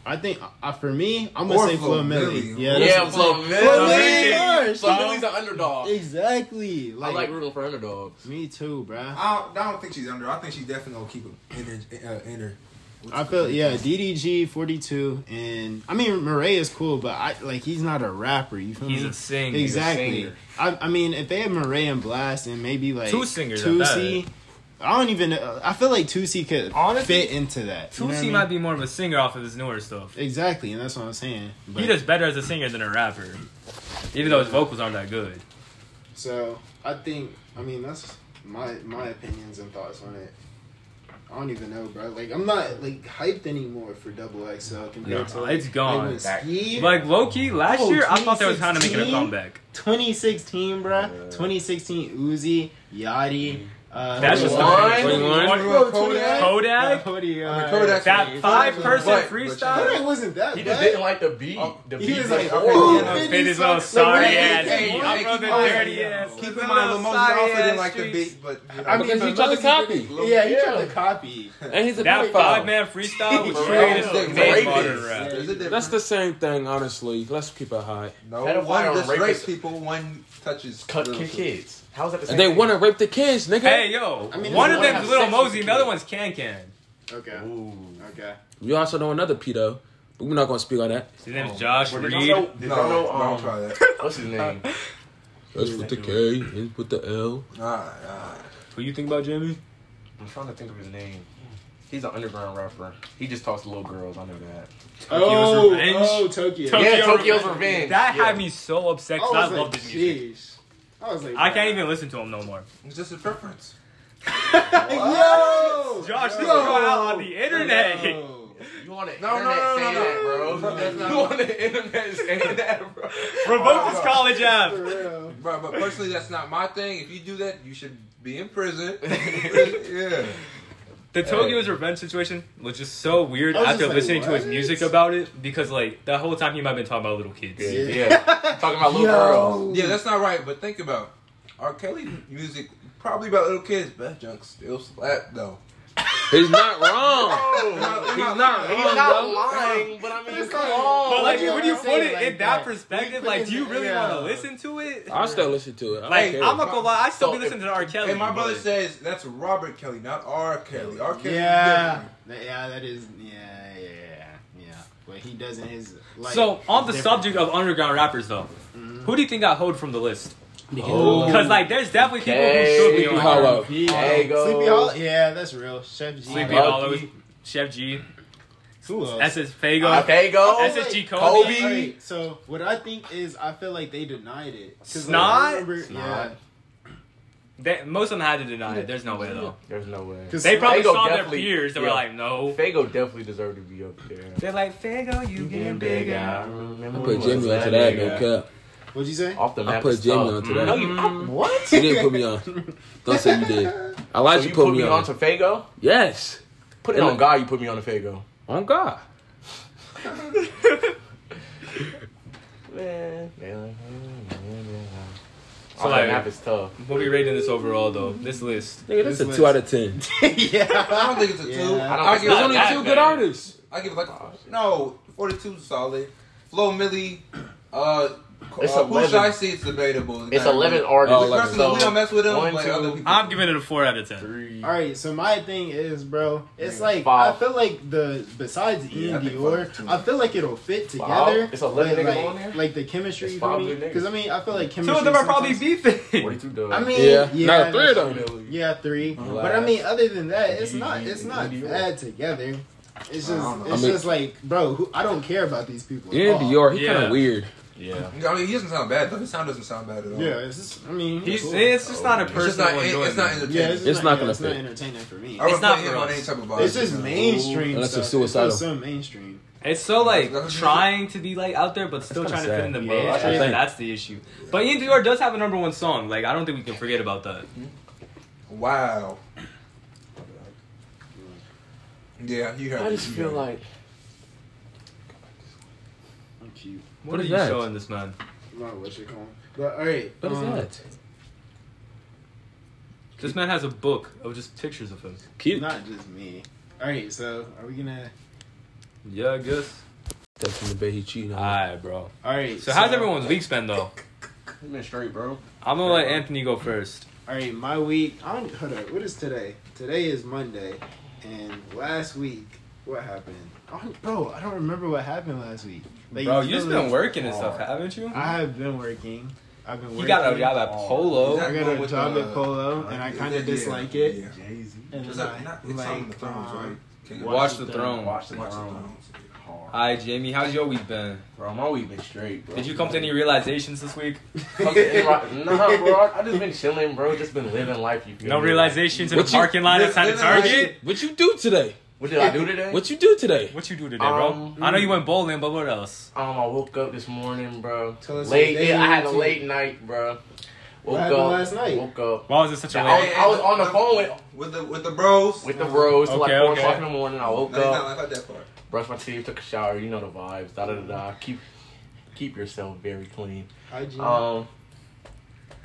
Speaker 6: I think uh, for me, I'm gonna
Speaker 4: Or
Speaker 6: say Flo
Speaker 4: Flo
Speaker 6: Millie.
Speaker 4: Milli.
Speaker 6: Yeah, that's
Speaker 2: Yeah,
Speaker 6: what I'm saying.
Speaker 2: Flo
Speaker 6: Flo
Speaker 2: Millie.
Speaker 6: Millie first,
Speaker 2: Flo
Speaker 6: you know?
Speaker 2: Millie's an underdog.
Speaker 6: Exactly.
Speaker 2: I
Speaker 6: Like,
Speaker 2: like rooting for underdogs.
Speaker 6: me too, bruh.
Speaker 4: I don't, I don't think she's under. I think she's definitely gonna keep it in her. Uh, in her.
Speaker 6: I feel yeah, DDG 42, and I mean Murray is cool, but I like he's not a rapper. You feel
Speaker 3: He's
Speaker 6: me?
Speaker 3: a singer.
Speaker 6: Mm-hmm. Exactly.
Speaker 2: singer.
Speaker 6: I, I mean, if they had Murray and Blast and maybe like
Speaker 3: Two singers at
Speaker 6: Tusi, I don't even. know. I feel like Tusi could
Speaker 3: Honestly,
Speaker 6: fit into that. You know what I
Speaker 3: Tusi
Speaker 6: mean?
Speaker 3: might be more of a singer off of his newer stuff.
Speaker 6: exactly, and that's what I'm saying. But,
Speaker 3: He does better as a singer than a rapper, even though his vocals aren't that good.
Speaker 6: So I think I mean that's my my opinions and thoughts on it. I don't even know, bro. Like I'm not like hyped anymore for Double XL compared
Speaker 2: No,
Speaker 6: to like,
Speaker 3: it's gone.
Speaker 6: Like, when
Speaker 2: Back.
Speaker 6: Ski-
Speaker 3: Like low key, last
Speaker 6: Oh,
Speaker 3: year I thought they was kind of making a
Speaker 6: 2016?
Speaker 3: comeback.
Speaker 6: 2016, bro. 2016 Uzi, Yachty. Uh,
Speaker 3: Mm. That's just
Speaker 2: Twenty-one.
Speaker 4: Bro,
Speaker 6: Kodak.
Speaker 3: Kodak,
Speaker 6: Kodak.
Speaker 4: I mean, Kodak-
Speaker 3: that five person
Speaker 4: But-
Speaker 3: freestyle.
Speaker 6: Kodak wasn't that
Speaker 2: He just
Speaker 6: bad.
Speaker 2: didn't like the beat. The
Speaker 6: he
Speaker 2: beat Oh,
Speaker 6: was
Speaker 2: was oh.
Speaker 6: like,
Speaker 2: horrible.
Speaker 4: okay, yeah,
Speaker 6: Fifty
Speaker 3: Fit his
Speaker 6: sucks.
Speaker 3: little sorry
Speaker 6: Like,
Speaker 3: ass.
Speaker 2: hey, hey,
Speaker 3: I'm
Speaker 2: hey,
Speaker 3: from the
Speaker 2: keep in mind-
Speaker 3: dirty ass.
Speaker 4: Keep
Speaker 3: I'm
Speaker 4: in
Speaker 3: from
Speaker 4: mind,
Speaker 3: the
Speaker 4: Lamosa
Speaker 3: sorry
Speaker 4: also didn't
Speaker 3: ass
Speaker 4: like the
Speaker 3: streets.
Speaker 4: beat, but you know,
Speaker 6: I mean,
Speaker 5: Because he tried to copy.
Speaker 6: yeah, he tried to copy.
Speaker 5: And he's a
Speaker 3: That
Speaker 5: pedophile.
Speaker 3: five man freestyle was
Speaker 4: Yeah.
Speaker 3: created
Speaker 4: Yeah.
Speaker 3: to
Speaker 4: Yeah.
Speaker 3: make modern
Speaker 2: Yeah.
Speaker 3: rap.
Speaker 4: there's a difference.
Speaker 5: That's the same thing, honestly. Let's keep it high.
Speaker 4: no
Speaker 2: Pedophile
Speaker 4: one
Speaker 2: and
Speaker 4: just
Speaker 2: rapist.
Speaker 4: rapes people. One touches
Speaker 2: Cut
Speaker 4: little
Speaker 2: kick
Speaker 4: kids.
Speaker 2: kids. How's that the same?
Speaker 5: And they
Speaker 2: thing?
Speaker 5: want to rape the kids, nigga.
Speaker 3: Hey yo,
Speaker 6: I mean,
Speaker 3: one
Speaker 6: it's
Speaker 3: of
Speaker 6: one
Speaker 3: them's
Speaker 6: has
Speaker 3: Little
Speaker 6: sex with
Speaker 3: Mosey,
Speaker 6: the
Speaker 3: another
Speaker 6: kid.
Speaker 3: one's Can Can.
Speaker 6: Okay.
Speaker 2: Ooh.
Speaker 6: Okay.
Speaker 5: We also know another pedo, but we're not gonna speak on that.
Speaker 3: His
Speaker 6: Oh,
Speaker 3: name's Josh
Speaker 2: Did
Speaker 3: Reed.
Speaker 2: y'all know? Did
Speaker 4: No,
Speaker 2: y'all know?
Speaker 4: don't
Speaker 2: Um,
Speaker 4: try that.
Speaker 2: what's his name?
Speaker 5: That's with the K, and with the L.
Speaker 4: Nah, nah.
Speaker 3: Who you think about, Jamie?
Speaker 2: I'm trying to think of his name. He's an underground rapper. He just talks to little girls. I know that.
Speaker 6: Oh,
Speaker 3: Revenge.
Speaker 6: oh, Tokyo.
Speaker 3: Tokyo
Speaker 2: yeah, Tokyo's
Speaker 3: Revenge.
Speaker 2: Revenge.
Speaker 3: That
Speaker 2: yeah.
Speaker 3: had me so upset. 'cause I,
Speaker 6: I was
Speaker 3: love
Speaker 6: like,
Speaker 3: this music.
Speaker 6: jeez. I was like,
Speaker 3: I can't even listen to him no more.
Speaker 4: It's just a preference.
Speaker 6: Yo,
Speaker 3: Josh, this is
Speaker 4: Yo.
Speaker 3: going out on the internet.
Speaker 6: Yo.
Speaker 2: You on the
Speaker 4: No, no,
Speaker 2: internet
Speaker 4: no,
Speaker 2: saying
Speaker 4: no,
Speaker 2: that, bro?
Speaker 4: no. That's not-
Speaker 2: you on the internet saying that, bro?
Speaker 3: Revoke this college app.
Speaker 6: For real.
Speaker 4: Bro, but personally, that's not my thing. If you do that, you should be in prison. yeah.
Speaker 3: The Tokyo's revenge situation was just so weird
Speaker 6: I was
Speaker 3: after
Speaker 6: just like,
Speaker 3: listening to his
Speaker 6: what?
Speaker 3: music about it because like the whole time he might have been talking about little kids.
Speaker 2: Yeah, yeah. talking about little girls.
Speaker 4: Yeah, that's not right. But think about R. Kelly music, probably about little kids. Beth Junk still slap though.
Speaker 5: He's not wrong.
Speaker 4: He's
Speaker 5: He's not
Speaker 2: He's
Speaker 5: wrong,
Speaker 2: not
Speaker 5: bro.
Speaker 2: lying, but I mean, come
Speaker 3: But
Speaker 2: on.
Speaker 3: like
Speaker 6: you
Speaker 3: when you
Speaker 6: ever
Speaker 3: put it
Speaker 6: say it
Speaker 3: in that
Speaker 6: like that?
Speaker 3: perspective,
Speaker 6: put
Speaker 3: like
Speaker 6: it
Speaker 3: do you
Speaker 6: in-
Speaker 3: really
Speaker 6: yeah.
Speaker 3: want to listen to it?
Speaker 5: I still listen to it. I
Speaker 3: Like
Speaker 5: don't care.
Speaker 3: I'm not gonna lie, I still
Speaker 2: So
Speaker 3: be
Speaker 2: if-
Speaker 3: listening to R. Kelly.
Speaker 4: And my brother
Speaker 3: but-
Speaker 4: says that's Robert Kelly, not R. Kelly. R. Kelly.
Speaker 6: Yeah,
Speaker 4: is
Speaker 6: That- yeah, that is, yeah, yeah, yeah, yeah. But he doesn't his. Like,
Speaker 3: so on the
Speaker 6: different. Mm-hmm.
Speaker 3: subject of underground rappers though, who do you think got hoed from the list?
Speaker 5: Oh.
Speaker 3: Because like there's definitely people
Speaker 2: Okay.
Speaker 3: who should be
Speaker 5: Sleepy
Speaker 3: on.
Speaker 6: Yeah.
Speaker 3: here.
Speaker 5: Hollow.
Speaker 6: Sleepy
Speaker 2: There you
Speaker 6: Hollow.
Speaker 2: go.
Speaker 6: Sleepy Hollow. Yeah, that's real. Chef G.
Speaker 2: Lucky.
Speaker 3: Sleepy Hollow, Chef G,
Speaker 6: Who else?
Speaker 3: SS Fago.
Speaker 2: Uh, there you go.
Speaker 3: That's SSG
Speaker 6: Alright,
Speaker 3: Kobe.
Speaker 6: alright, So what I think is, I feel like they denied it. 'Cause, like,
Speaker 3: Snot?
Speaker 6: I remember-
Speaker 2: Snot.
Speaker 6: Yeah.
Speaker 3: They, most of them had to deny it. There's no way though.
Speaker 2: There's no way.
Speaker 6: 'Cause
Speaker 3: They probably
Speaker 2: Fago
Speaker 3: saw their
Speaker 2: definitely-
Speaker 3: peers. They were
Speaker 2: yeah.
Speaker 3: like, no.
Speaker 2: Fago definitely deserved to be up there.
Speaker 3: They're like, Fago, you getting bigger.
Speaker 5: I
Speaker 2: remember.
Speaker 5: put Jimmy onto that, no cap.
Speaker 6: What'd you say?
Speaker 2: Off the
Speaker 5: I
Speaker 2: map.
Speaker 5: put
Speaker 2: is
Speaker 5: Jimmy
Speaker 2: tough.
Speaker 5: onto that.
Speaker 2: No, you, I,
Speaker 6: What?
Speaker 5: You didn't put me on. Don't say you did.
Speaker 2: so
Speaker 5: Elijah
Speaker 2: you
Speaker 5: put, me on.
Speaker 2: onto Fago?
Speaker 5: yes.
Speaker 2: Put it
Speaker 5: And
Speaker 2: on
Speaker 5: I-
Speaker 2: God. You put me on to Fago.
Speaker 5: On God.
Speaker 2: Man. man, man. Off
Speaker 3: So,
Speaker 2: the
Speaker 3: like-
Speaker 2: map is tough.
Speaker 3: What we rating this overall though? This list.
Speaker 5: Nigga, that's
Speaker 6: This
Speaker 5: a
Speaker 6: list.
Speaker 5: two out of ten.
Speaker 4: different. I
Speaker 6: yeah.
Speaker 4: don't think it's a two.
Speaker 6: Yeah.
Speaker 2: I don't
Speaker 4: I
Speaker 2: think it's
Speaker 4: give it
Speaker 5: There's
Speaker 2: not
Speaker 5: only
Speaker 2: that
Speaker 5: two
Speaker 2: bad.
Speaker 5: good artists.
Speaker 4: I give it
Speaker 3: Oh,
Speaker 4: like no forty-two solid. Flo Millie, uh,
Speaker 2: It's
Speaker 4: uh, who
Speaker 2: 11.
Speaker 4: should I see? It's debatable.
Speaker 2: It's 11 artists.
Speaker 5: Oh,
Speaker 4: The person that we don't mess with them,
Speaker 2: one,
Speaker 4: like
Speaker 2: two,
Speaker 4: other people.
Speaker 3: I'm giving it a four out of ten.
Speaker 2: three.
Speaker 6: All right, so my thing is, bro, it's like
Speaker 2: Five.
Speaker 6: I feel like the besides Ian
Speaker 4: Yeah, I think five,
Speaker 6: Dior,
Speaker 4: too.
Speaker 6: I feel like it'll fit
Speaker 2: Five?
Speaker 6: together.
Speaker 2: It's 11
Speaker 6: but,
Speaker 2: niggas
Speaker 6: like,
Speaker 2: on there?
Speaker 6: Like the chemistry
Speaker 2: It's
Speaker 6: for
Speaker 2: five
Speaker 6: me,
Speaker 2: good niggas.
Speaker 6: because I mean, I feel like
Speaker 3: Two
Speaker 6: chemistry.
Speaker 3: of them are probably
Speaker 6: sometimes-
Speaker 3: beefing.
Speaker 2: 42 does.
Speaker 6: I mean, yeah,
Speaker 5: Yeah. Not three of them.
Speaker 6: Yeah, three.
Speaker 5: Uh-huh.
Speaker 6: But I mean, other than that, it's
Speaker 2: Gigi
Speaker 6: not it's
Speaker 2: and
Speaker 6: not
Speaker 2: Dior.
Speaker 6: bad together. It's
Speaker 4: I
Speaker 6: just
Speaker 4: don't know.
Speaker 6: it's
Speaker 5: I mean-
Speaker 6: just like, bro, who, I don't care about these people. at
Speaker 5: Yeah,
Speaker 6: all.
Speaker 5: Dior, he kind
Speaker 3: Yeah.
Speaker 5: of weird.
Speaker 2: Yeah.
Speaker 4: I mean, he doesn't sound bad though. His sound doesn't sound bad at all.
Speaker 6: Yeah, it's just, I mean,
Speaker 3: He's,
Speaker 6: cool.
Speaker 3: it's just not a
Speaker 2: It's
Speaker 4: it's just
Speaker 3: personal
Speaker 4: not. It, it's not
Speaker 3: enjoyment.
Speaker 4: entertaining.
Speaker 6: yeah, it's,
Speaker 5: It's
Speaker 6: just
Speaker 5: not
Speaker 6: not,
Speaker 5: gonna
Speaker 6: yeah, it's not
Speaker 5: fit.
Speaker 6: entertaining for me.
Speaker 4: I would
Speaker 3: It's not
Speaker 4: put
Speaker 3: for
Speaker 4: him on
Speaker 3: us.
Speaker 4: any type of
Speaker 6: It's
Speaker 4: vibe.
Speaker 6: just mainstream.
Speaker 5: Unless
Speaker 6: stuff.
Speaker 5: it's suicidal.
Speaker 6: so mainstream.
Speaker 3: It's so like
Speaker 4: That's- that's-
Speaker 3: trying to be like out there, but still
Speaker 5: kinda
Speaker 3: trying to fit
Speaker 5: sad.
Speaker 3: in the
Speaker 6: Yeah,
Speaker 3: mode.
Speaker 6: that's what I'm
Speaker 5: saying.
Speaker 3: That's the issue. But Ian Dior does have a number one song. Like I don't think we can forget about that.
Speaker 4: Wow. Yeah, you heard.
Speaker 2: I just
Speaker 4: it.
Speaker 2: feel like
Speaker 6: I'm cute.
Speaker 3: What,
Speaker 5: What
Speaker 3: are
Speaker 5: is
Speaker 3: you
Speaker 5: that?
Speaker 3: showing this man?
Speaker 6: Not what you're calling. But all right,
Speaker 5: What is
Speaker 6: um,
Speaker 5: that?
Speaker 3: This man has a book of just pictures of him.
Speaker 5: Cute.
Speaker 6: Not just me. All right, so are we gonna?
Speaker 3: Yeah, I guess.
Speaker 5: That's in the bay he cheating on.
Speaker 3: Alright, bro.
Speaker 6: All right.
Speaker 3: So how's everyone's week been though?
Speaker 2: It's been straight, bro.
Speaker 3: I'm gonna let Anthony go first.
Speaker 6: All right, my week. I don't, hold up. What is today? Today is Monday, and last week, what happened? I don't- bro, I don't remember what happened last week. Like,
Speaker 3: Bro,
Speaker 6: you
Speaker 3: you just
Speaker 6: really-
Speaker 3: been working and stuff, haven't you?
Speaker 6: I have been working. I've been working.
Speaker 3: You got a job at Polo.
Speaker 6: I got
Speaker 1: Going
Speaker 6: a
Speaker 1: with
Speaker 6: job
Speaker 1: the-
Speaker 6: at Polo, and I
Speaker 1: Yeah,
Speaker 6: kind of
Speaker 1: yeah,
Speaker 6: dislike
Speaker 1: yeah.
Speaker 6: it.
Speaker 1: Yeah.
Speaker 6: And
Speaker 4: It's
Speaker 6: I,
Speaker 4: like, not, it's
Speaker 6: like,
Speaker 4: on the Thrones,
Speaker 6: um,
Speaker 4: right? King of-
Speaker 3: Watch the Throne.
Speaker 2: Watch the
Speaker 4: Watch the
Speaker 2: throne.
Speaker 4: Thrones.
Speaker 3: Hi, Jamie. How's your week been?
Speaker 2: Bro, my week been straight, bro.
Speaker 3: Did you come to any realizations this week?
Speaker 2: Okay, right. Nah, bro. I just been chilling, bro. Just been living life. You feel
Speaker 3: No
Speaker 2: me?
Speaker 3: realizations in the
Speaker 5: What you-
Speaker 3: parking lot
Speaker 4: Live-
Speaker 3: outside of
Speaker 4: living like
Speaker 3: Target?
Speaker 5: What you do today?
Speaker 2: What did I do today?
Speaker 5: What you do today?
Speaker 3: What you do today, bro?
Speaker 2: Um,
Speaker 3: I know you went bowling, but what else?
Speaker 2: Um, I woke up this morning, bro.
Speaker 6: Tell us
Speaker 2: late.
Speaker 6: your day
Speaker 2: Yeah, I had a
Speaker 6: routine.
Speaker 2: late night, bro. Woke
Speaker 6: happened
Speaker 2: up
Speaker 6: last night?
Speaker 2: Woke up.
Speaker 3: Why was it such a
Speaker 2: I
Speaker 3: late?
Speaker 2: was, I was on the phone with
Speaker 4: With the with the bros.
Speaker 2: with the bros till
Speaker 3: Okay,
Speaker 2: like four
Speaker 3: okay.
Speaker 2: o'clock in the morning. I woke
Speaker 4: No, he's not
Speaker 2: up,
Speaker 4: like that part.
Speaker 2: brushed my teeth, took a shower. You know the vibes. Da da da da. Keep keep yourself very clean.
Speaker 6: Hygiene.
Speaker 3: Uh,
Speaker 2: Um,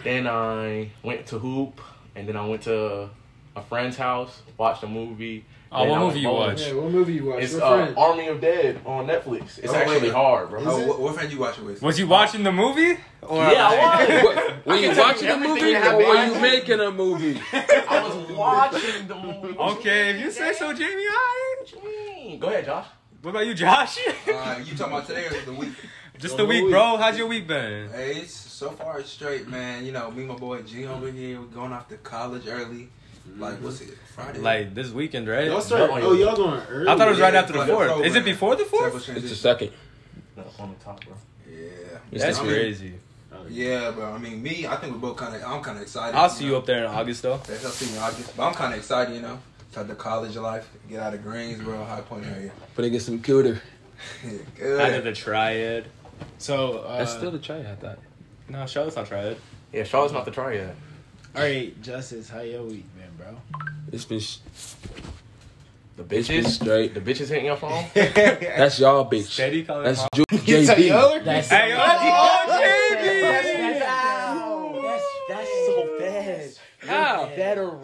Speaker 2: then I went to hoop, and then I went to a friend's house, watched a movie.
Speaker 3: Oh, what
Speaker 2: Then I
Speaker 3: movie you
Speaker 2: went home.
Speaker 3: watch?
Speaker 6: yeah, what movie you watch?
Speaker 2: It's
Speaker 6: Your
Speaker 2: uh,
Speaker 6: friend?
Speaker 2: Army of Dead on Netflix. It's
Speaker 4: Oh, wait,
Speaker 2: actually
Speaker 4: wait.
Speaker 2: hard, bro.
Speaker 4: Oh,
Speaker 6: it?
Speaker 4: what, what friend you watching with?
Speaker 3: Was you watching the movie? Or
Speaker 2: Yeah, I was.
Speaker 5: What, were
Speaker 2: I
Speaker 5: you
Speaker 2: can tell
Speaker 5: watching
Speaker 2: you
Speaker 5: a
Speaker 2: everything
Speaker 5: movie
Speaker 2: that
Speaker 5: or
Speaker 2: happened
Speaker 5: were
Speaker 2: last
Speaker 5: you
Speaker 2: night.
Speaker 5: making a movie?
Speaker 2: I was watching the movie.
Speaker 3: Okay, if you say so, Jamie, alright.
Speaker 2: Mm, Go ahead, Josh.
Speaker 3: What about you, Josh?
Speaker 4: Uh, you talking about today or the week?
Speaker 3: Just
Speaker 6: The
Speaker 3: the
Speaker 6: week.
Speaker 3: week, bro. How's your week been?
Speaker 4: Hey, it's, so far it's straight, man. You know, me and my boy G over here. We're going off to college early. Like, what's it? Friday.
Speaker 3: Like this weekend,
Speaker 6: Y'all
Speaker 3: right?
Speaker 6: start.
Speaker 2: no.
Speaker 6: Oh, y'all going early?
Speaker 3: I thought it was right after the
Speaker 4: Like a
Speaker 3: fourth. Is
Speaker 4: program.
Speaker 3: it before the
Speaker 4: Type of
Speaker 3: fourth?
Speaker 5: It's the
Speaker 4: transition.
Speaker 5: second.
Speaker 2: No, on the top, bro.
Speaker 4: Yeah.
Speaker 5: It's
Speaker 3: That's
Speaker 4: I mean,
Speaker 3: crazy.
Speaker 4: Yeah, bro. I mean, me, I think we're both kind of. I'm kind of excited.
Speaker 3: I'll see you up there in August, though.
Speaker 4: That's I'll see you in August. But I'm kind of excited, you know. Start the college life, get out of Greensboro, High Point area.
Speaker 5: But they get some cuter.
Speaker 4: Yeah,
Speaker 3: Out of
Speaker 4: Good.
Speaker 3: the triad.
Speaker 6: So uh,
Speaker 5: That's still the triad, I thought.
Speaker 3: No, Charlotte's not triad.
Speaker 2: Yeah, Charlotte's not the try yet.
Speaker 6: All right, Justice, how your week been, bro?
Speaker 5: It's been sh-
Speaker 2: The
Speaker 5: it's been
Speaker 2: bitches,
Speaker 5: straight.
Speaker 2: the bitches hitting your phone.
Speaker 5: That's y'all bitch.
Speaker 3: Steady calling.
Speaker 5: That's
Speaker 3: my-
Speaker 5: Ju- JB.
Speaker 7: That's
Speaker 3: Hey, yo, oh, Jamie!
Speaker 7: that's, that's so bad.
Speaker 5: How?
Speaker 2: Federal.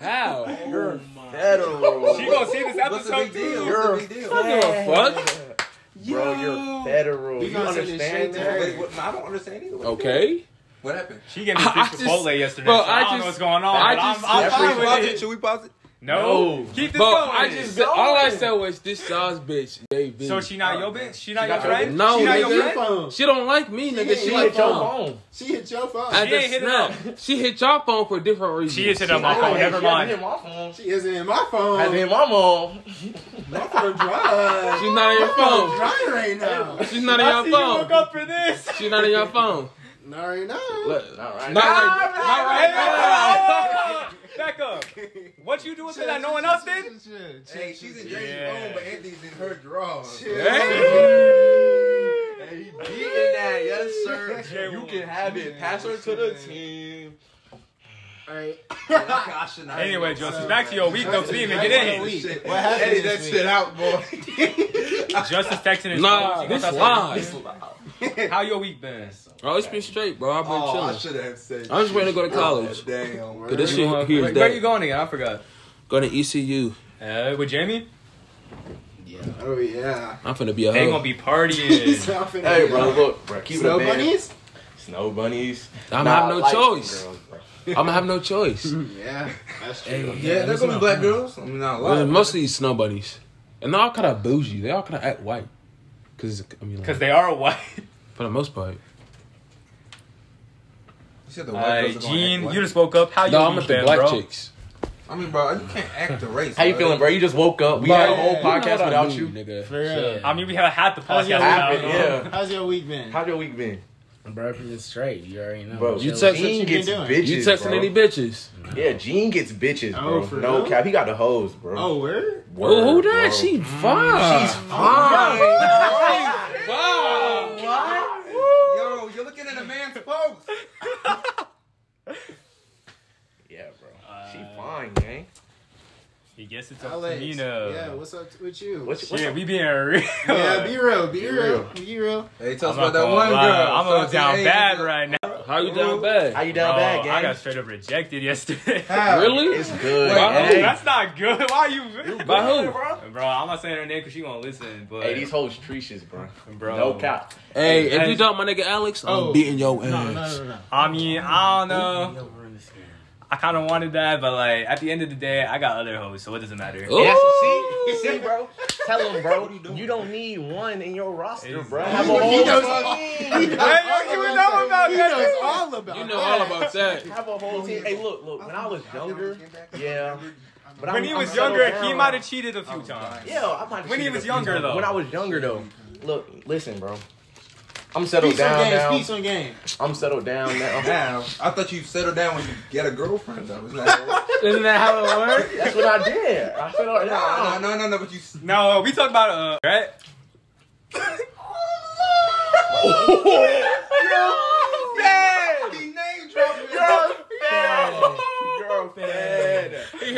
Speaker 5: How?
Speaker 2: You're federal.
Speaker 3: She gonna see this
Speaker 4: What's the
Speaker 3: episode
Speaker 4: big deal?
Speaker 3: too.
Speaker 4: What's the big deal?
Speaker 5: I don't give a fuck.
Speaker 2: Bro, you're federal.
Speaker 6: We
Speaker 2: You
Speaker 6: gonna send this
Speaker 2: understand
Speaker 6: shit to her.
Speaker 2: that?
Speaker 4: Wait, what, no, I don't understand either. What-
Speaker 5: Okay.
Speaker 4: What happened?
Speaker 3: She gave me
Speaker 5: I- I
Speaker 3: six
Speaker 5: just-
Speaker 3: Chipotle yesterday.
Speaker 5: bro,
Speaker 3: so I,
Speaker 5: I
Speaker 3: don't know
Speaker 5: just-
Speaker 3: what's going on.
Speaker 5: I
Speaker 3: but
Speaker 5: just-
Speaker 3: I'm, I'm
Speaker 5: Jeffrey
Speaker 3: fine with it.
Speaker 4: Should we pause it?
Speaker 3: No,
Speaker 5: No.
Speaker 3: keep this
Speaker 5: But
Speaker 3: going.
Speaker 5: I just been, all I said was this y'all's bitch, JB.
Speaker 3: so she not your bitch. She not
Speaker 2: She
Speaker 3: your
Speaker 2: got your-
Speaker 3: friend.
Speaker 5: No,
Speaker 3: she not your
Speaker 5: nigga.
Speaker 3: friend.
Speaker 6: phone.
Speaker 5: She don't like me, nigga. She,
Speaker 6: She
Speaker 5: hit
Speaker 6: hit
Speaker 5: your
Speaker 2: Your
Speaker 5: phone.
Speaker 2: phone.
Speaker 6: She hit your phone.
Speaker 5: I
Speaker 3: She
Speaker 5: just
Speaker 3: ain't hit it
Speaker 5: snapped. She hit your phone for different reasons.
Speaker 3: She is hit on my
Speaker 2: I
Speaker 3: phone.
Speaker 2: had-
Speaker 3: Never
Speaker 2: she had
Speaker 3: mind.
Speaker 2: hit my phone.
Speaker 6: She isn't in my
Speaker 2: I had
Speaker 6: phone.
Speaker 2: hit my mom.
Speaker 6: My phone dry.
Speaker 5: She's not in your
Speaker 6: phone
Speaker 5: phone.
Speaker 6: dry right now.
Speaker 5: She's not
Speaker 3: I
Speaker 5: in
Speaker 3: see
Speaker 5: your
Speaker 3: you woke
Speaker 5: phone.
Speaker 3: up for this.
Speaker 5: She's not in your phone.
Speaker 6: Not right now.
Speaker 5: Look,
Speaker 2: All right.
Speaker 5: not right.
Speaker 3: All right, back up. Back up. What you doing that no one else did?
Speaker 4: Hey, she's in James'
Speaker 3: Yeah.
Speaker 4: phone, but Anthony's in her drawer.
Speaker 2: Hey, you beating that, yes sir. You can have it. Pass her to the team.
Speaker 6: Alright.
Speaker 3: Anyway, Justice, back to your week though. Please, man, get in here.
Speaker 6: What happened
Speaker 4: Edit
Speaker 6: this
Speaker 4: that
Speaker 6: week?
Speaker 4: shit out, boy.
Speaker 3: Justice texting his
Speaker 5: Nah,
Speaker 3: phone. She
Speaker 5: this
Speaker 3: gonna talk
Speaker 5: lies.
Speaker 3: to- How your week been?
Speaker 5: Bro, it's been straight, bro. I've been
Speaker 4: Oh, I
Speaker 5: chilling.
Speaker 4: should have said.
Speaker 5: I'm just ready to go to
Speaker 4: shit. Oh,
Speaker 5: college.
Speaker 4: Damn.
Speaker 3: Where
Speaker 5: Cause this
Speaker 3: you
Speaker 5: shit
Speaker 3: going-
Speaker 5: here
Speaker 3: where,
Speaker 5: is
Speaker 3: where you
Speaker 5: that.
Speaker 3: going again? I forgot.
Speaker 5: Go to E ECU.
Speaker 3: Uh, with Jamie?
Speaker 6: Oh yeah.
Speaker 5: I'm finna be a
Speaker 3: They gonna
Speaker 5: hoe.
Speaker 3: be partying.
Speaker 2: Hey, bro, look, bro, keep
Speaker 6: Snow
Speaker 2: it a band.
Speaker 6: bunnies?
Speaker 2: Snow bunnies.
Speaker 5: I'ma
Speaker 2: Nah,
Speaker 5: have no
Speaker 2: light skin
Speaker 5: choice.
Speaker 2: girls, bro.
Speaker 5: I'ma have no choice.
Speaker 6: Yeah, that's true.
Speaker 5: Hey,
Speaker 4: Yeah, they're gonna be black girls. I'm not
Speaker 5: Well,
Speaker 4: lying.
Speaker 5: mostly snow bunnies, and they all kind of bougie. They all kind of act white, cause I mean, like,
Speaker 3: Because they are white.
Speaker 5: for the most part.
Speaker 4: You said the white
Speaker 3: Uh,
Speaker 4: girls are gonna act
Speaker 3: Gene,
Speaker 4: white.
Speaker 3: you just woke up. How you
Speaker 5: No, I'm
Speaker 3: week
Speaker 5: with the
Speaker 3: been,
Speaker 5: black
Speaker 3: bro?
Speaker 5: chicks.
Speaker 4: I mean, bro, you can't act the race.
Speaker 2: How you feeling, bro? You just woke up. We
Speaker 5: Bro,
Speaker 2: had a whole
Speaker 5: you know what
Speaker 2: podcast
Speaker 5: I
Speaker 2: without
Speaker 5: mean,
Speaker 2: you.
Speaker 5: nigga.
Speaker 6: For real.
Speaker 5: Shit.
Speaker 3: I mean, we have half the
Speaker 6: How's
Speaker 3: podcast
Speaker 6: your
Speaker 3: without
Speaker 2: week?
Speaker 3: him.
Speaker 2: Yeah.
Speaker 6: How's your week been?
Speaker 2: How's your week been,
Speaker 7: Bro, it's straight. You already know.
Speaker 2: bro?
Speaker 5: You
Speaker 7: Chill.
Speaker 5: text-
Speaker 2: Gene
Speaker 6: what you
Speaker 2: gets
Speaker 6: been doing?
Speaker 2: bitches.
Speaker 5: you texting
Speaker 2: bro.
Speaker 5: any bitches?
Speaker 2: Yeah, Gene gets bitches,
Speaker 6: Oh,
Speaker 2: bro.
Speaker 6: for
Speaker 2: no
Speaker 6: real?
Speaker 2: cap, he got the hoes, bro.
Speaker 6: Oh, word?
Speaker 2: Word,
Speaker 5: oh, who that?
Speaker 2: bro.
Speaker 5: She fine. She's fine.
Speaker 4: Yo, you're looking at a man's folks.
Speaker 2: Yeah, bro. she fine, gang.
Speaker 3: He gets it to
Speaker 6: Alex. Yeah,
Speaker 3: Nina.
Speaker 6: what's up t- with you?
Speaker 2: What's,
Speaker 3: Yeah,
Speaker 2: what's up?
Speaker 3: we being real.
Speaker 6: yeah, be real, be,
Speaker 2: Be
Speaker 6: real.
Speaker 2: real.
Speaker 6: be real.
Speaker 4: Hey, tell us
Speaker 3: I'm
Speaker 4: about that one girl.
Speaker 3: gonna lie. I'm gonna
Speaker 4: Something
Speaker 3: down
Speaker 4: ain't-
Speaker 3: bad right now.
Speaker 7: How you down bad?
Speaker 2: How you down bad, gang?
Speaker 3: I got straight up rejected yesterday.
Speaker 4: How?
Speaker 7: really?
Speaker 2: it's good.
Speaker 4: Wait,
Speaker 7: By
Speaker 2: gang.
Speaker 7: who?
Speaker 3: That's not good. Why you?
Speaker 7: By who?
Speaker 3: Bro, I'm not saying her name because she won't listen. But
Speaker 8: Hey, these hoes treacherous, bro.
Speaker 3: bro,
Speaker 8: No cap.
Speaker 5: Hey, if
Speaker 3: Hey.
Speaker 5: you dump my nigga Alex, I'm
Speaker 4: Oh.
Speaker 5: beating your ass.
Speaker 4: No, no, no, no.
Speaker 3: I mean, I don't know. I kind of wanted that, but like at the end of the day, I got other hoes, so it doesn't matter.
Speaker 7: Oh.
Speaker 5: Ooh.
Speaker 2: Yeah, see, see, bro. Tell him, bro.
Speaker 4: you
Speaker 2: You,
Speaker 4: doing?
Speaker 2: don't need one in your roster, bro.
Speaker 3: Exactly.
Speaker 2: Have a
Speaker 4: He
Speaker 2: whole team.
Speaker 4: knows He knows all
Speaker 3: you know
Speaker 4: about that.
Speaker 3: about
Speaker 4: He
Speaker 3: that.
Speaker 4: knows all about
Speaker 5: You know all about that.
Speaker 2: Have a whole team. Hey, look, look. When I was younger, yeah. But
Speaker 3: When
Speaker 2: I'm-
Speaker 3: he
Speaker 2: I'm
Speaker 3: was
Speaker 2: settled
Speaker 3: younger, he
Speaker 2: down.
Speaker 3: might have cheated a few times.
Speaker 2: Yeah, I might. have
Speaker 3: When he
Speaker 2: cheated
Speaker 3: was
Speaker 2: a few
Speaker 3: younger,
Speaker 2: times.
Speaker 3: though.
Speaker 2: When I was younger though. Look, listen, bro. I'm settled
Speaker 4: Peace on
Speaker 2: down
Speaker 4: games,
Speaker 2: now.
Speaker 4: peace on games.
Speaker 2: I'm settled down now.
Speaker 4: Now, I thought you settled down when you get a girlfriend, though. Isn't that
Speaker 7: Isn't that how it works?
Speaker 2: That's what I did. I settled
Speaker 4: no, no,
Speaker 2: down.
Speaker 4: no, no, no, but you.
Speaker 3: No, we talked about uh, right?
Speaker 4: He name dropping.
Speaker 2: Girl, fed.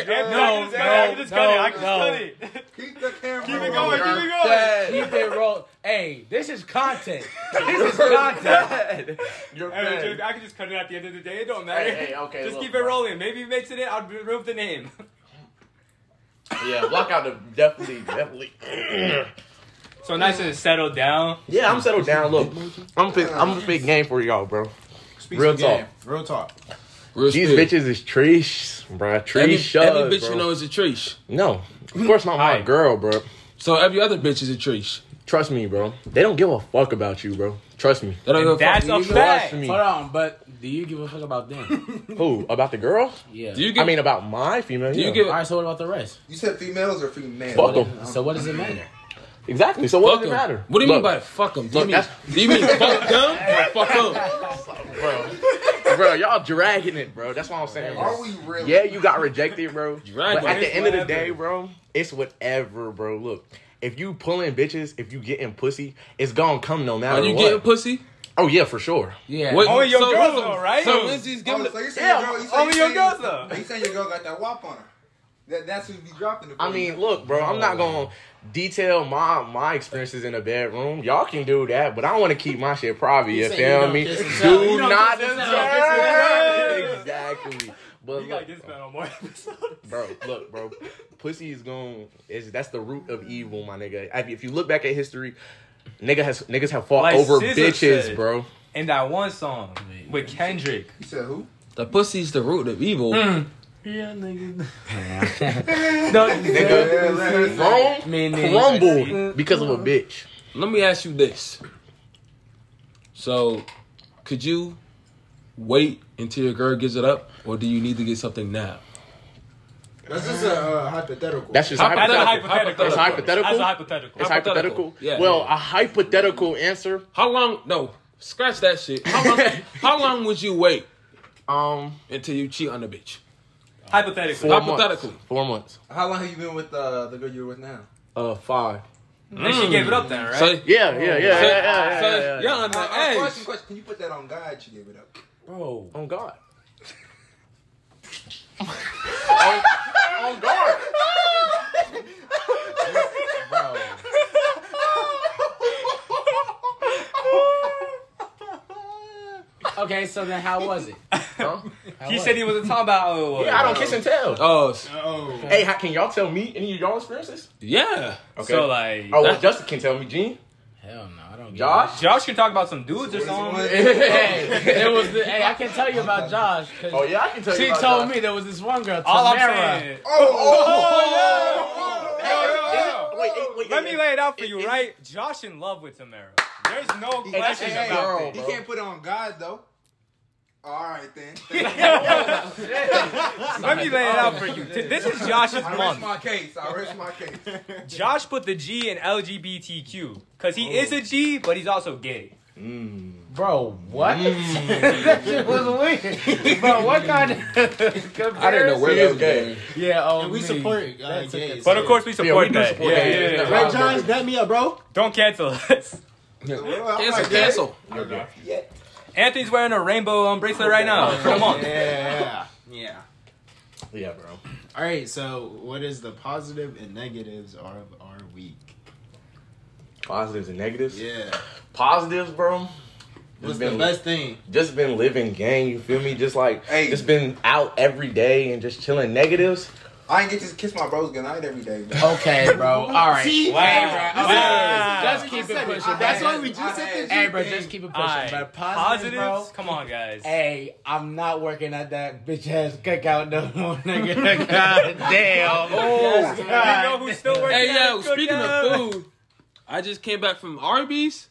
Speaker 3: no, no, I can just cut it. I can just cut it.
Speaker 4: Keep the camera.
Speaker 3: Keep it
Speaker 4: on.
Speaker 3: going. Keep it going.
Speaker 7: Keep it roll. Hey, this is content. This is content.
Speaker 2: You're
Speaker 3: Hey,
Speaker 2: fed.
Speaker 3: dude, I can just cut it at the end of the day. It don't matter.
Speaker 8: Hey, hey, okay.
Speaker 3: just
Speaker 8: look,
Speaker 3: keep it
Speaker 8: bro.
Speaker 3: rolling. Maybe it makes it in. I'll remove the name.
Speaker 8: Yeah, block out the definitely, definitely.
Speaker 3: So nice and settled down.
Speaker 2: Yeah, I'm settled down. Look, I'm fit, I'm a big game for y'all, bro.
Speaker 4: Speak
Speaker 2: Real
Speaker 4: some
Speaker 2: talk.
Speaker 4: game. Real talk.
Speaker 5: Real
Speaker 2: These
Speaker 5: shit.
Speaker 2: bitches is trees, bro.
Speaker 5: Every,
Speaker 2: Trees shoves,
Speaker 5: every bitch
Speaker 2: bro.
Speaker 5: you know is a trish.
Speaker 2: No, of course not my
Speaker 3: Aight.
Speaker 2: girl, bro.
Speaker 5: So every other bitch is a trish.
Speaker 2: Trust me, bro. They don't give a fuck about you, bro. Trust me.
Speaker 5: They don't give a fuck.
Speaker 3: That's
Speaker 5: Do
Speaker 3: a
Speaker 5: you-
Speaker 2: Trust
Speaker 3: fact.
Speaker 2: me.
Speaker 7: Hold on, but do you give a fuck about them?
Speaker 2: Who about the girl?
Speaker 7: Yeah.
Speaker 5: Do you give?
Speaker 2: I mean, about my female.
Speaker 5: do you
Speaker 2: yeah.
Speaker 5: give?
Speaker 7: All right. So what about the rest?
Speaker 4: You said females or females?
Speaker 2: Fuck 'em.
Speaker 7: So what does it matter?
Speaker 2: exactly? So what
Speaker 5: Fuck
Speaker 2: does it
Speaker 5: 'em.
Speaker 2: matter?
Speaker 5: What do you mean
Speaker 2: Look,
Speaker 5: by fuck them? Do you
Speaker 2: look,
Speaker 5: mean do you mean fuck them or fuck them?
Speaker 2: bro? Y'all dragging it, bro. That's what I'm saying. Bro.
Speaker 4: Are we really?
Speaker 2: Yeah, you got rejected, bro.
Speaker 5: Dragging
Speaker 2: but at
Speaker 5: it.
Speaker 2: the
Speaker 3: It's
Speaker 2: end of the
Speaker 3: whatever.
Speaker 2: day, bro, it's whatever, bro. Look, if you pulling bitches, if you getting pussy, it's gonna come no matter
Speaker 5: Are you
Speaker 2: what.
Speaker 5: getting pussy?
Speaker 2: oh yeah, for sure.
Speaker 7: Yeah.
Speaker 5: What-
Speaker 3: Only Oh, your
Speaker 5: so-
Speaker 3: girls though, right?
Speaker 5: So Lindsay's giving.
Speaker 4: Oh,
Speaker 5: the-
Speaker 4: so you saying
Speaker 2: Yeah,
Speaker 4: your girl? You saying,
Speaker 3: only
Speaker 4: you
Speaker 3: your
Speaker 4: saying-
Speaker 3: girls, though.
Speaker 4: You saying your girl got that wop on her? That, that's who be dropping it. for
Speaker 2: I
Speaker 4: you.
Speaker 2: mean, look, bro, I'm not gonna detail my my experiences in the bedroom. Y'all can do that, but I want to keep my shit private. You
Speaker 7: said
Speaker 2: feel
Speaker 7: you don't
Speaker 2: me?
Speaker 7: kiss and tell.
Speaker 2: Do
Speaker 7: You don't
Speaker 2: not
Speaker 7: kiss and tell.
Speaker 2: deserve exactly. But
Speaker 3: You gotta
Speaker 2: look,
Speaker 3: get spent on more episodes.
Speaker 2: bro, look, bro, pussy is gone. Is that's the root of evil, my nigga. If, if you look back at history, nigga has niggas have fought
Speaker 3: Like
Speaker 2: over
Speaker 3: SZA
Speaker 2: bitches,
Speaker 3: said.
Speaker 2: bro.
Speaker 3: And that one song with Kendrick.
Speaker 4: you said who?
Speaker 5: The pussy's the root of evil.
Speaker 3: Hmm.
Speaker 2: Nigga, Rome
Speaker 7: Man,
Speaker 2: crumbled because of a bitch.
Speaker 5: Let me ask you this. So, could you wait until your girl gives it up, or do you need to get something now?
Speaker 4: That's just a uh, hypothetical.
Speaker 2: That's just
Speaker 5: That's
Speaker 3: That's a
Speaker 2: hypothetical.
Speaker 3: hypothetical.
Speaker 2: It's hypothetical.
Speaker 3: That's a hypothetical.
Speaker 2: It's
Speaker 5: Hypothetical.
Speaker 2: hypothetical.
Speaker 5: Yeah.
Speaker 2: well, a hypothetical answer.
Speaker 5: How long? No, scratch that shit. How long, how long would you wait
Speaker 2: Um,
Speaker 5: until you cheat on the bitch?
Speaker 3: Hypothetical.
Speaker 2: four
Speaker 5: Hypothetically.
Speaker 2: months. Four months.
Speaker 4: How long have you been with uh, the girl you're with now?
Speaker 2: Uh, five.
Speaker 3: And she gave it up then, right?
Speaker 5: So,
Speaker 2: Yeah, yeah, yeah, yeah, yeah,
Speaker 5: so,
Speaker 2: yeah,
Speaker 5: so
Speaker 2: yeah, yeah,
Speaker 5: you're on the
Speaker 4: Uh, uh,
Speaker 5: edge.
Speaker 4: question, question. Can you put that on God? She gave it up.
Speaker 7: Bro.
Speaker 2: On God. on, on guard.
Speaker 7: Oh, Okay. So then, how was it?
Speaker 2: Huh?
Speaker 7: How
Speaker 3: He
Speaker 7: was
Speaker 3: said
Speaker 7: it?
Speaker 3: he wasn't talking about. Oh,
Speaker 2: Yeah, I don't kiss and tell.
Speaker 5: Oh, s-
Speaker 4: Oh,
Speaker 2: hey, how, can y'all tell me any of y'all experiences?
Speaker 5: yeah.
Speaker 2: Okay.
Speaker 3: So like,
Speaker 2: oh, well, Justin can tell me. Gene,
Speaker 7: Hell no, I don't. Get
Speaker 2: Josh.
Speaker 3: Josh can talk about some dudes or something.
Speaker 7: It.
Speaker 2: oh
Speaker 7: It was. The, hey, I can tell you about Josh. 'cause
Speaker 2: yeah, I can tell you.
Speaker 7: She
Speaker 2: about
Speaker 7: told
Speaker 2: Josh.
Speaker 7: me there was this one girl, Tamara.
Speaker 3: All I'm saying.
Speaker 4: Oh,
Speaker 2: Wait, wait, wait,
Speaker 3: Let
Speaker 2: wait,
Speaker 3: me lay it out for you, right? Josh in love with Tamara. There's no question
Speaker 2: hey,
Speaker 3: about
Speaker 2: girl,
Speaker 4: he
Speaker 2: bro.
Speaker 4: can't put it on God though. All right then.
Speaker 3: it. Let me lay it out for you. Th- This is Josh's
Speaker 4: I rest
Speaker 3: month.
Speaker 4: my case. I rest my case.
Speaker 3: Josh put the G in LGBTQ because he is a G, but he's also gay.
Speaker 7: Bro, what? that shit was weird. Bro, what kind of.
Speaker 5: I didn't know where that was
Speaker 2: gay.
Speaker 5: going.
Speaker 7: Yeah, oh,
Speaker 9: And we
Speaker 7: me.
Speaker 9: support uh, gays.
Speaker 3: But of course, we support
Speaker 2: do
Speaker 3: that.
Speaker 2: support
Speaker 3: yeah,
Speaker 2: that.
Speaker 3: yeah, yeah.
Speaker 9: Ray John, back me up, bro.
Speaker 3: Don't cancel us.
Speaker 4: Well, I'm
Speaker 5: Cancel,
Speaker 4: like, yeah.
Speaker 5: cancel.
Speaker 3: Anthony's wearing a rainbow um, bracelet right now for the month.
Speaker 6: Yeah. Yeah.
Speaker 2: Yeah, bro.
Speaker 6: All right. So, what is the positive and negatives are of our week?
Speaker 2: Positives and negatives.
Speaker 6: Yeah.
Speaker 2: Positives, bro.
Speaker 6: What's
Speaker 2: Just
Speaker 6: the
Speaker 2: been,
Speaker 6: best thing?
Speaker 2: just been living gang. You feel me? Just like
Speaker 4: Hey.
Speaker 2: just been out every day and just chilling negatives.
Speaker 4: I ain't get to kiss my bros goodnight every day. Bro.
Speaker 7: Okay, bro. All right.
Speaker 6: See?
Speaker 7: Hey, bro.
Speaker 3: Wow.
Speaker 7: Just keep it pushing.
Speaker 6: That's
Speaker 7: That's
Speaker 6: why we just hit the
Speaker 7: Hey, bro, just keep it pushing.
Speaker 3: Alright,
Speaker 7: bro. Positive,
Speaker 3: positives.
Speaker 7: bro.
Speaker 3: Come on, guys.
Speaker 7: Hey, I'm not working at that bitch ass cookout no more, nigga. God damn.
Speaker 3: Oh, you know
Speaker 7: God.
Speaker 3: who's still working?
Speaker 5: Hey
Speaker 3: at
Speaker 5: yo,
Speaker 3: a
Speaker 5: speaking
Speaker 3: cookout?
Speaker 5: of food, I just came back from Arby's.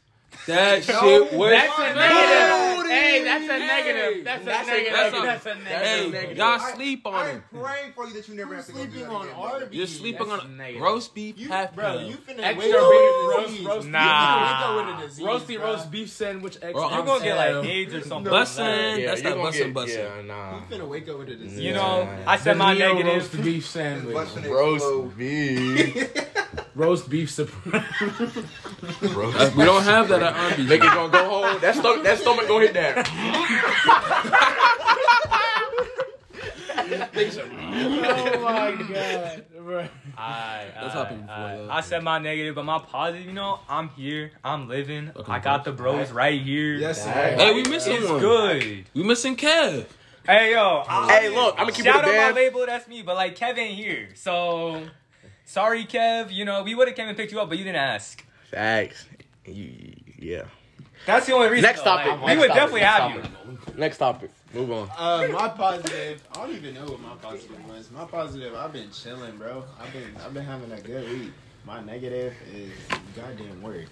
Speaker 5: That shit was.
Speaker 7: That's a negative.
Speaker 5: Booty.
Speaker 7: Hey, that's a
Speaker 5: Hey,
Speaker 7: negative. That's
Speaker 5: that's
Speaker 7: a
Speaker 5: a-
Speaker 7: negative.
Speaker 5: that's
Speaker 7: That's a
Speaker 5: Hey,
Speaker 7: negative.
Speaker 5: y'all sleep on it.
Speaker 4: praying for you that you never have to go do
Speaker 6: Sleeping
Speaker 4: that
Speaker 6: on
Speaker 4: again, bro.
Speaker 6: Arby's.
Speaker 5: You're sleeping
Speaker 7: That's
Speaker 5: on
Speaker 7: negative.
Speaker 5: roast beef
Speaker 6: You,
Speaker 5: half
Speaker 6: bro,
Speaker 5: pound.
Speaker 6: you finna
Speaker 7: Extra
Speaker 6: wait
Speaker 7: roast-
Speaker 6: for
Speaker 7: roast-
Speaker 6: disease.
Speaker 7: roast-
Speaker 6: You
Speaker 3: Nah.
Speaker 6: finna wake up with a disease,
Speaker 7: Roasty
Speaker 6: bro.
Speaker 7: roast beef sandwich. extra.
Speaker 5: Bro,
Speaker 3: You're
Speaker 5: I'm
Speaker 3: gonna get like
Speaker 5: saying,
Speaker 3: AIDS or something.
Speaker 5: Bussin', that's
Speaker 2: you're
Speaker 5: not
Speaker 2: gonna
Speaker 5: bussin'
Speaker 2: get-
Speaker 5: bussin'.
Speaker 2: Yeah, nah.
Speaker 6: You finna wake up with a disease.
Speaker 3: You
Speaker 2: Yeah.
Speaker 3: know, I said my
Speaker 7: Video
Speaker 3: negative.
Speaker 7: roast beef sandwich.
Speaker 4: Busting it slow.
Speaker 2: Roast beef.
Speaker 7: Roast beef supreme.
Speaker 5: Uh,
Speaker 2: Roast.
Speaker 5: we don't have that at Arby's.
Speaker 2: Nigga gonna go home. That stomach, that stomach gonna hit that.
Speaker 7: oh my god, bro.
Speaker 3: I,
Speaker 5: That's
Speaker 3: I,
Speaker 5: happened before,
Speaker 3: I,
Speaker 5: yeah.
Speaker 3: I said my negative, but my positive. You know, I'm here. I'm living.
Speaker 5: Fucking
Speaker 3: I got the bros right here.
Speaker 4: Yes,
Speaker 2: Hey,
Speaker 5: Hey, we missing
Speaker 3: it's
Speaker 5: one.
Speaker 3: good.
Speaker 5: We missing Kev.
Speaker 3: Hey yo, I,
Speaker 2: Hey, look, I'm gonna keep it a
Speaker 3: Shout out my
Speaker 2: band.
Speaker 3: label, that's me. But like Kev ain't here, so sorry, Kev. You know we would have came and picked you up, but you didn't ask.
Speaker 2: Facts. You- Yeah.
Speaker 3: That's the only reason.
Speaker 2: Next
Speaker 3: though.
Speaker 2: topic.
Speaker 3: Like, we
Speaker 2: Next
Speaker 3: would
Speaker 2: topic.
Speaker 3: definitely
Speaker 2: Next
Speaker 3: have you.
Speaker 2: Next topic. Move on.
Speaker 6: Uh, my positive. I don't even know what my positive was. My positive. I've been chilling, bro. I've been I've been having a good week. My negative is goddamn work.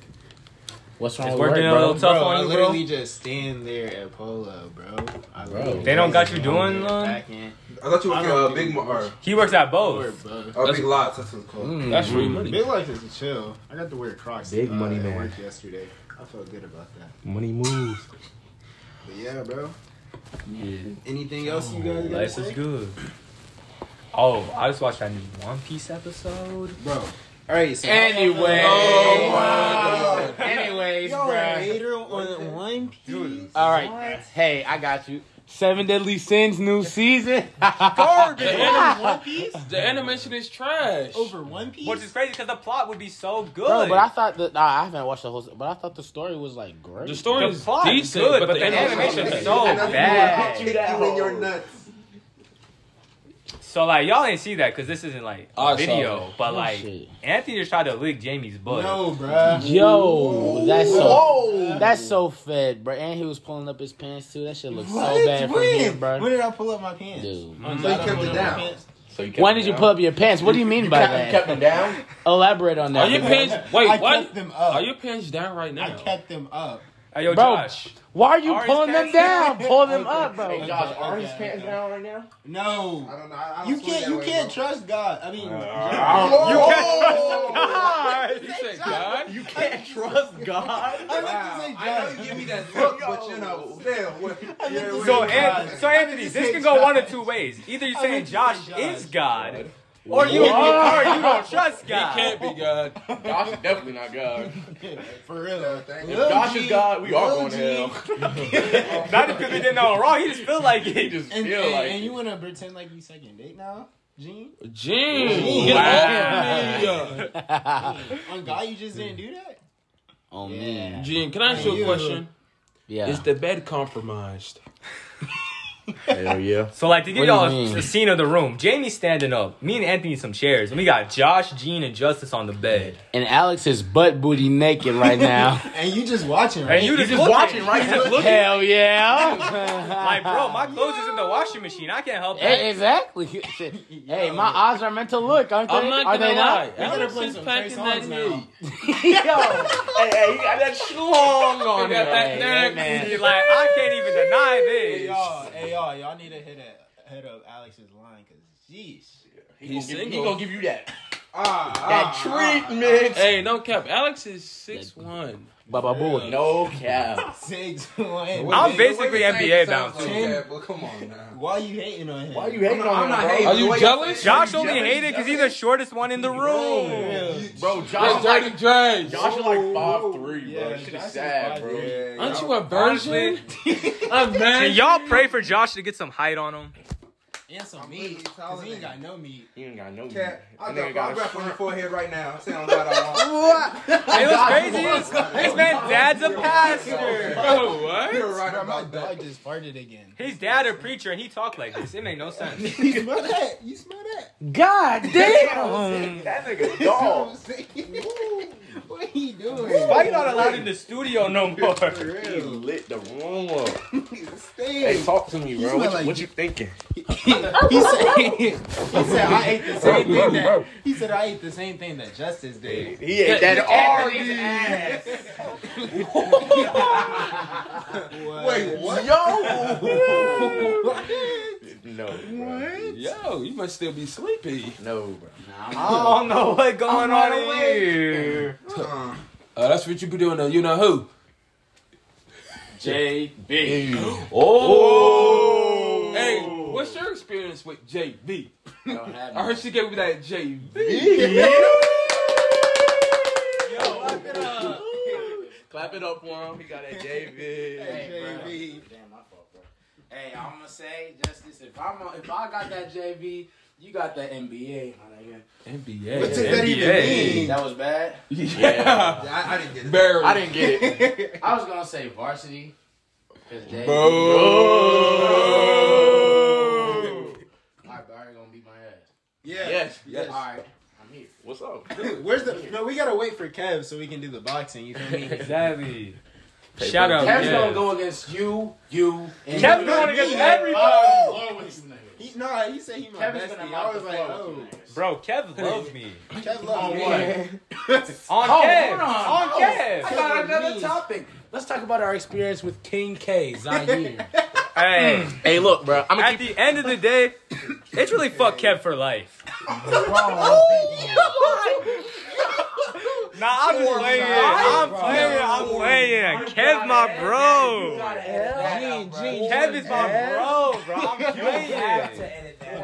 Speaker 7: What's wrong
Speaker 3: It's
Speaker 7: with
Speaker 3: working
Speaker 7: work,
Speaker 3: a
Speaker 7: bro?
Speaker 3: little tough
Speaker 6: bro, I
Speaker 3: on you,
Speaker 6: literally
Speaker 3: bro.
Speaker 6: just stand there at Polo, bro. I literally
Speaker 3: They don't got you
Speaker 6: just
Speaker 3: doing
Speaker 6: stand
Speaker 3: none?
Speaker 6: back in.
Speaker 4: I thought you were
Speaker 6: I
Speaker 4: working
Speaker 6: don't do
Speaker 4: uh, Big Mar,
Speaker 6: much.
Speaker 4: or,
Speaker 3: He works at both.
Speaker 6: Both. Bro.
Speaker 4: uh, Big Lots. That's what it's called.
Speaker 6: Mm.
Speaker 2: Mm.
Speaker 5: That's free money.
Speaker 6: Big life is chill. I got to wear Crocs.
Speaker 2: Big
Speaker 6: uh,
Speaker 2: money
Speaker 6: at
Speaker 2: man.
Speaker 6: work yesterday. I felt good about that.
Speaker 2: Money moves.
Speaker 6: But yeah, bro. Anything else you guys got to
Speaker 3: Life is
Speaker 6: say,
Speaker 3: good. Oh, I just watched that new One Piece episode.
Speaker 6: bro? All right. So
Speaker 7: Anyway.
Speaker 6: Oh,
Speaker 7: wow. Anyways,
Speaker 6: Yo,
Speaker 7: bro.
Speaker 6: hater on One Piece.
Speaker 7: All right. Hey, I got you. Seven Deadly Sins new season.
Speaker 5: The,
Speaker 3: Garbage.
Speaker 5: anim-
Speaker 6: One Piece
Speaker 5: the animation is trash.
Speaker 6: over One Piece.
Speaker 3: Which is crazy because the plot would be so good.
Speaker 7: Bro, but I thought that nah, I haven't watched the whole. But I thought the story was like great.
Speaker 5: The story
Speaker 3: the
Speaker 5: is
Speaker 3: plot is
Speaker 5: decent,
Speaker 3: good,
Speaker 5: but, the animation is
Speaker 3: so
Speaker 4: Bad.
Speaker 3: bad.
Speaker 4: Kick you in your nuts.
Speaker 3: So like y'all ain't see that because this isn't like a
Speaker 5: I saw
Speaker 3: video, but
Speaker 7: Oh,
Speaker 3: like
Speaker 7: shit.
Speaker 3: Anthony just tried to lick Jamie's butt.
Speaker 6: No, bruh.
Speaker 7: Yo, that's so that's so fed, bro. And he was pulling up his pants too. That shit looks so bad from here, bro.
Speaker 6: When did I pull up my pants?
Speaker 7: Dude.
Speaker 6: When
Speaker 4: So
Speaker 6: did
Speaker 4: you
Speaker 6: I
Speaker 4: kept
Speaker 6: pull
Speaker 4: it
Speaker 6: up my
Speaker 4: down.
Speaker 6: pants?
Speaker 2: So you kept
Speaker 7: Why
Speaker 2: them
Speaker 7: did you
Speaker 2: down?
Speaker 7: pull up your pants? What do you mean by
Speaker 2: Kept- You
Speaker 7: that?
Speaker 2: kept them down.
Speaker 7: Elaborate on that.
Speaker 5: Are your
Speaker 7: bro.
Speaker 5: pants? Wait,
Speaker 6: I
Speaker 5: why?
Speaker 6: kept them up.
Speaker 5: Are your pants down right now?
Speaker 6: I kept them up.
Speaker 3: Hey, yo,
Speaker 7: Bro.
Speaker 3: Josh.
Speaker 7: Why are you
Speaker 3: Are his
Speaker 7: pulling them
Speaker 3: pants-
Speaker 7: down? Pull them up, bro.
Speaker 6: Hey, Josh, are his pants
Speaker 2: down right now?
Speaker 6: No.
Speaker 4: I don't know. I, I don't
Speaker 6: You
Speaker 4: swing
Speaker 6: can't.
Speaker 4: that
Speaker 6: You
Speaker 4: way,
Speaker 6: can't
Speaker 4: bro.
Speaker 6: trust God. I mean,
Speaker 2: You can't.
Speaker 5: You said God.
Speaker 2: You can't trust God.
Speaker 6: I meant
Speaker 4: Wow.
Speaker 6: to say
Speaker 4: I know
Speaker 6: God.
Speaker 4: you give me that look, but you know, still. What,
Speaker 6: meant to
Speaker 3: So,
Speaker 6: say
Speaker 3: An-
Speaker 6: God.
Speaker 3: so Anthony, this can go one of two ways. Either you're saying
Speaker 6: meant to say
Speaker 3: Josh
Speaker 6: Josh.
Speaker 3: is God, or you, or
Speaker 5: What?
Speaker 3: you don't trust
Speaker 5: He can't
Speaker 3: God.
Speaker 5: be God.
Speaker 2: Josh is definitely not God.
Speaker 6: For real.
Speaker 2: If
Speaker 6: Lil
Speaker 2: Josh
Speaker 6: G-
Speaker 2: is God, we are
Speaker 6: Lil
Speaker 2: going to
Speaker 6: G.
Speaker 2: hell.
Speaker 3: Not because he didn't know it wrong. He just feel like
Speaker 2: He
Speaker 3: it.
Speaker 2: just
Speaker 6: And,
Speaker 2: feel
Speaker 6: and,
Speaker 2: like.
Speaker 6: and you want to pretend like you second date now, Gene?
Speaker 5: Gene,
Speaker 6: Ooh,
Speaker 5: get
Speaker 3: wow.
Speaker 5: off me.
Speaker 6: On God, you just didn't do that.
Speaker 7: Oh
Speaker 6: man.
Speaker 5: Gene, can I ask you
Speaker 6: You.
Speaker 5: a question?
Speaker 7: Yeah.
Speaker 5: Is the bed compromised?
Speaker 2: Hell yeah.
Speaker 3: So, like, to give
Speaker 7: What do
Speaker 3: y'all
Speaker 7: you
Speaker 3: a,
Speaker 7: mean?
Speaker 3: a scene of the room, Jamie's standing up. Me and Anthony some chairs, and we got Josh, Gene, and Justice on the bed.
Speaker 7: And Alex is butt booty naked right now.
Speaker 6: And you just watching, right?
Speaker 3: And you just,
Speaker 2: just
Speaker 3: looking.
Speaker 2: watching, right? You just looking.
Speaker 7: Hell yeah.
Speaker 3: Like, bro, my clothes is in the washing machine. I can't help
Speaker 7: Eh,
Speaker 3: that.
Speaker 7: exactly. hey, my eyes are meant to look, aren't they?
Speaker 5: I'm not
Speaker 7: are
Speaker 5: gonna
Speaker 7: they
Speaker 5: lie.
Speaker 6: gotta
Speaker 5: Alex
Speaker 6: play
Speaker 5: is
Speaker 6: some
Speaker 5: packing
Speaker 6: Trey
Speaker 5: that
Speaker 6: songs now.
Speaker 5: knee.
Speaker 7: not? Yo.
Speaker 2: Hey, hey, you got that schlong on
Speaker 5: He got
Speaker 2: him.
Speaker 5: that
Speaker 7: Hey,
Speaker 5: neck.
Speaker 7: man.
Speaker 3: Like, I can't even deny
Speaker 6: Hey
Speaker 3: this.
Speaker 6: y'all, hey y'all, y'all need to hit a hit up Alex's line, cause jeez.
Speaker 5: He's
Speaker 2: He gonna give- he
Speaker 5: single.
Speaker 2: gonna give you that.
Speaker 4: Ah,
Speaker 2: That
Speaker 4: ah,
Speaker 2: treatment.
Speaker 5: Hey, no cap. Alex is six one.
Speaker 7: Baba boy.
Speaker 2: No cap.
Speaker 6: Six one.
Speaker 3: I'm
Speaker 6: Nigga,
Speaker 3: basically NBA bound
Speaker 4: sounds
Speaker 3: too.
Speaker 4: like that, but come on now.
Speaker 6: Why you hating on him?
Speaker 2: Why you hating
Speaker 4: I'm
Speaker 2: on
Speaker 4: not-
Speaker 2: him,
Speaker 4: I'm not
Speaker 2: bro?
Speaker 4: hating.
Speaker 5: Are you
Speaker 4: Wait,
Speaker 5: jealous?
Speaker 3: Josh
Speaker 2: You
Speaker 3: only
Speaker 2: jealous?
Speaker 3: hated because he's the shortest one in the room.
Speaker 6: Yeah.
Speaker 2: Bro, Josh
Speaker 5: That's
Speaker 2: is like
Speaker 5: Dirty Dre.
Speaker 2: Josh is like five three, bro.
Speaker 6: Yeah,
Speaker 2: Shit
Speaker 6: Josh
Speaker 2: is
Speaker 6: is
Speaker 2: sad, bro.
Speaker 6: 5'3".
Speaker 4: Yeah,
Speaker 5: Aren't
Speaker 4: y'all-
Speaker 5: you a virgin? a man.
Speaker 3: Can y'all pray for Josh to get some height on him?
Speaker 6: And some
Speaker 4: I'm really
Speaker 6: meat. Cause he ain't
Speaker 4: tolerating.
Speaker 6: got no meat.
Speaker 2: You ain't got no.
Speaker 4: Cat, I
Speaker 2: That
Speaker 4: got,
Speaker 2: nigga
Speaker 4: I
Speaker 2: got a
Speaker 4: got a rap on
Speaker 2: shrimp.
Speaker 4: your forehead right now. Saying what I want.
Speaker 3: It was crazy. This, this man, dad's a pastor. Bro, what?
Speaker 4: You're right
Speaker 6: Bro, my
Speaker 4: about
Speaker 6: dog
Speaker 4: that.
Speaker 6: just farted again.
Speaker 3: His dad a preacher and he talked like this. It made no sense.
Speaker 6: you smell that? You smell that?
Speaker 7: God damn.
Speaker 2: That nigga
Speaker 6: You know what
Speaker 2: dog.
Speaker 6: I'm saying? what are you doing?
Speaker 3: Why you not allowed in the studio no more?
Speaker 6: For
Speaker 2: He
Speaker 6: real.
Speaker 2: lit the room up.
Speaker 6: Stay.
Speaker 2: Hey, talk to me, bro.
Speaker 6: smell
Speaker 2: What, you-
Speaker 6: like
Speaker 2: what you thinking?
Speaker 6: He said, he said I ate the same
Speaker 2: Bro,
Speaker 6: thing
Speaker 2: bro,
Speaker 6: that he said I ate the same thing that Justice did.
Speaker 2: He ate that
Speaker 3: Anthony's
Speaker 2: Arby's.
Speaker 3: ass.
Speaker 4: Wait, what?
Speaker 2: No, bro.
Speaker 5: Yo, you must still be sleepy.
Speaker 2: no, bro.
Speaker 3: I don't know what's going on in here.
Speaker 4: Uh-uh.
Speaker 5: Uh, that's what you be doing though. You know who?
Speaker 10: JB.
Speaker 5: Oh. Hey, what's your experience with JB? I heard she gave me that JB.
Speaker 2: Clap it up for him. He got that JV.
Speaker 6: JV.
Speaker 7: Damn, my fault, bro. Hey, I'm gonna say justice. If I'm a, if I got that JV, you got that NBA, my nigga.
Speaker 4: What
Speaker 5: NBA.
Speaker 4: does that even
Speaker 3: NBA.
Speaker 4: mean?
Speaker 7: That was bad.
Speaker 2: Yeah.
Speaker 4: Yeah, I, I didn't get it.
Speaker 5: Barely.
Speaker 2: I didn't get it.
Speaker 7: I was gonna say varsity, cause JV.
Speaker 5: Oh.
Speaker 2: Bro.
Speaker 7: All right, but I ain't gonna beat my ass.
Speaker 6: Yeah.
Speaker 2: Yes.
Speaker 6: Yes.
Speaker 7: All right, I'm here.
Speaker 2: What's up?
Speaker 6: Where's the? No, we gotta wait for Kev so we can do the boxing. You feel me?
Speaker 3: Exactly. Shout out,
Speaker 7: Kev's
Speaker 3: yeah.
Speaker 7: gonna go against you, you, and
Speaker 3: Kev's
Speaker 7: you.
Speaker 3: going against everybody.
Speaker 7: Oh, Lord, with you niggas.
Speaker 6: He, nah, he said he my
Speaker 7: Kevin's gonna
Speaker 6: bestie.
Speaker 7: mop
Speaker 6: I
Speaker 7: the
Speaker 6: was like,
Speaker 7: floor with you
Speaker 6: oh,
Speaker 7: niggas.
Speaker 3: Bro, Kev loves me.
Speaker 6: Kev loves me.
Speaker 3: On
Speaker 7: Oh,
Speaker 3: Kev.
Speaker 7: hold on.
Speaker 3: On
Speaker 7: Oh, I
Speaker 3: Kev.
Speaker 7: got another topic. Let's talk about our experience with King K, Zaire.
Speaker 3: Hey,
Speaker 2: Hey, look, bro. I'm
Speaker 3: at the end of the day, it's really fuck Kev for life. Nah, I'm just playing. I'm playing. I'm playing. Kev, my bro. Kev is my bro, bro. I'm playing.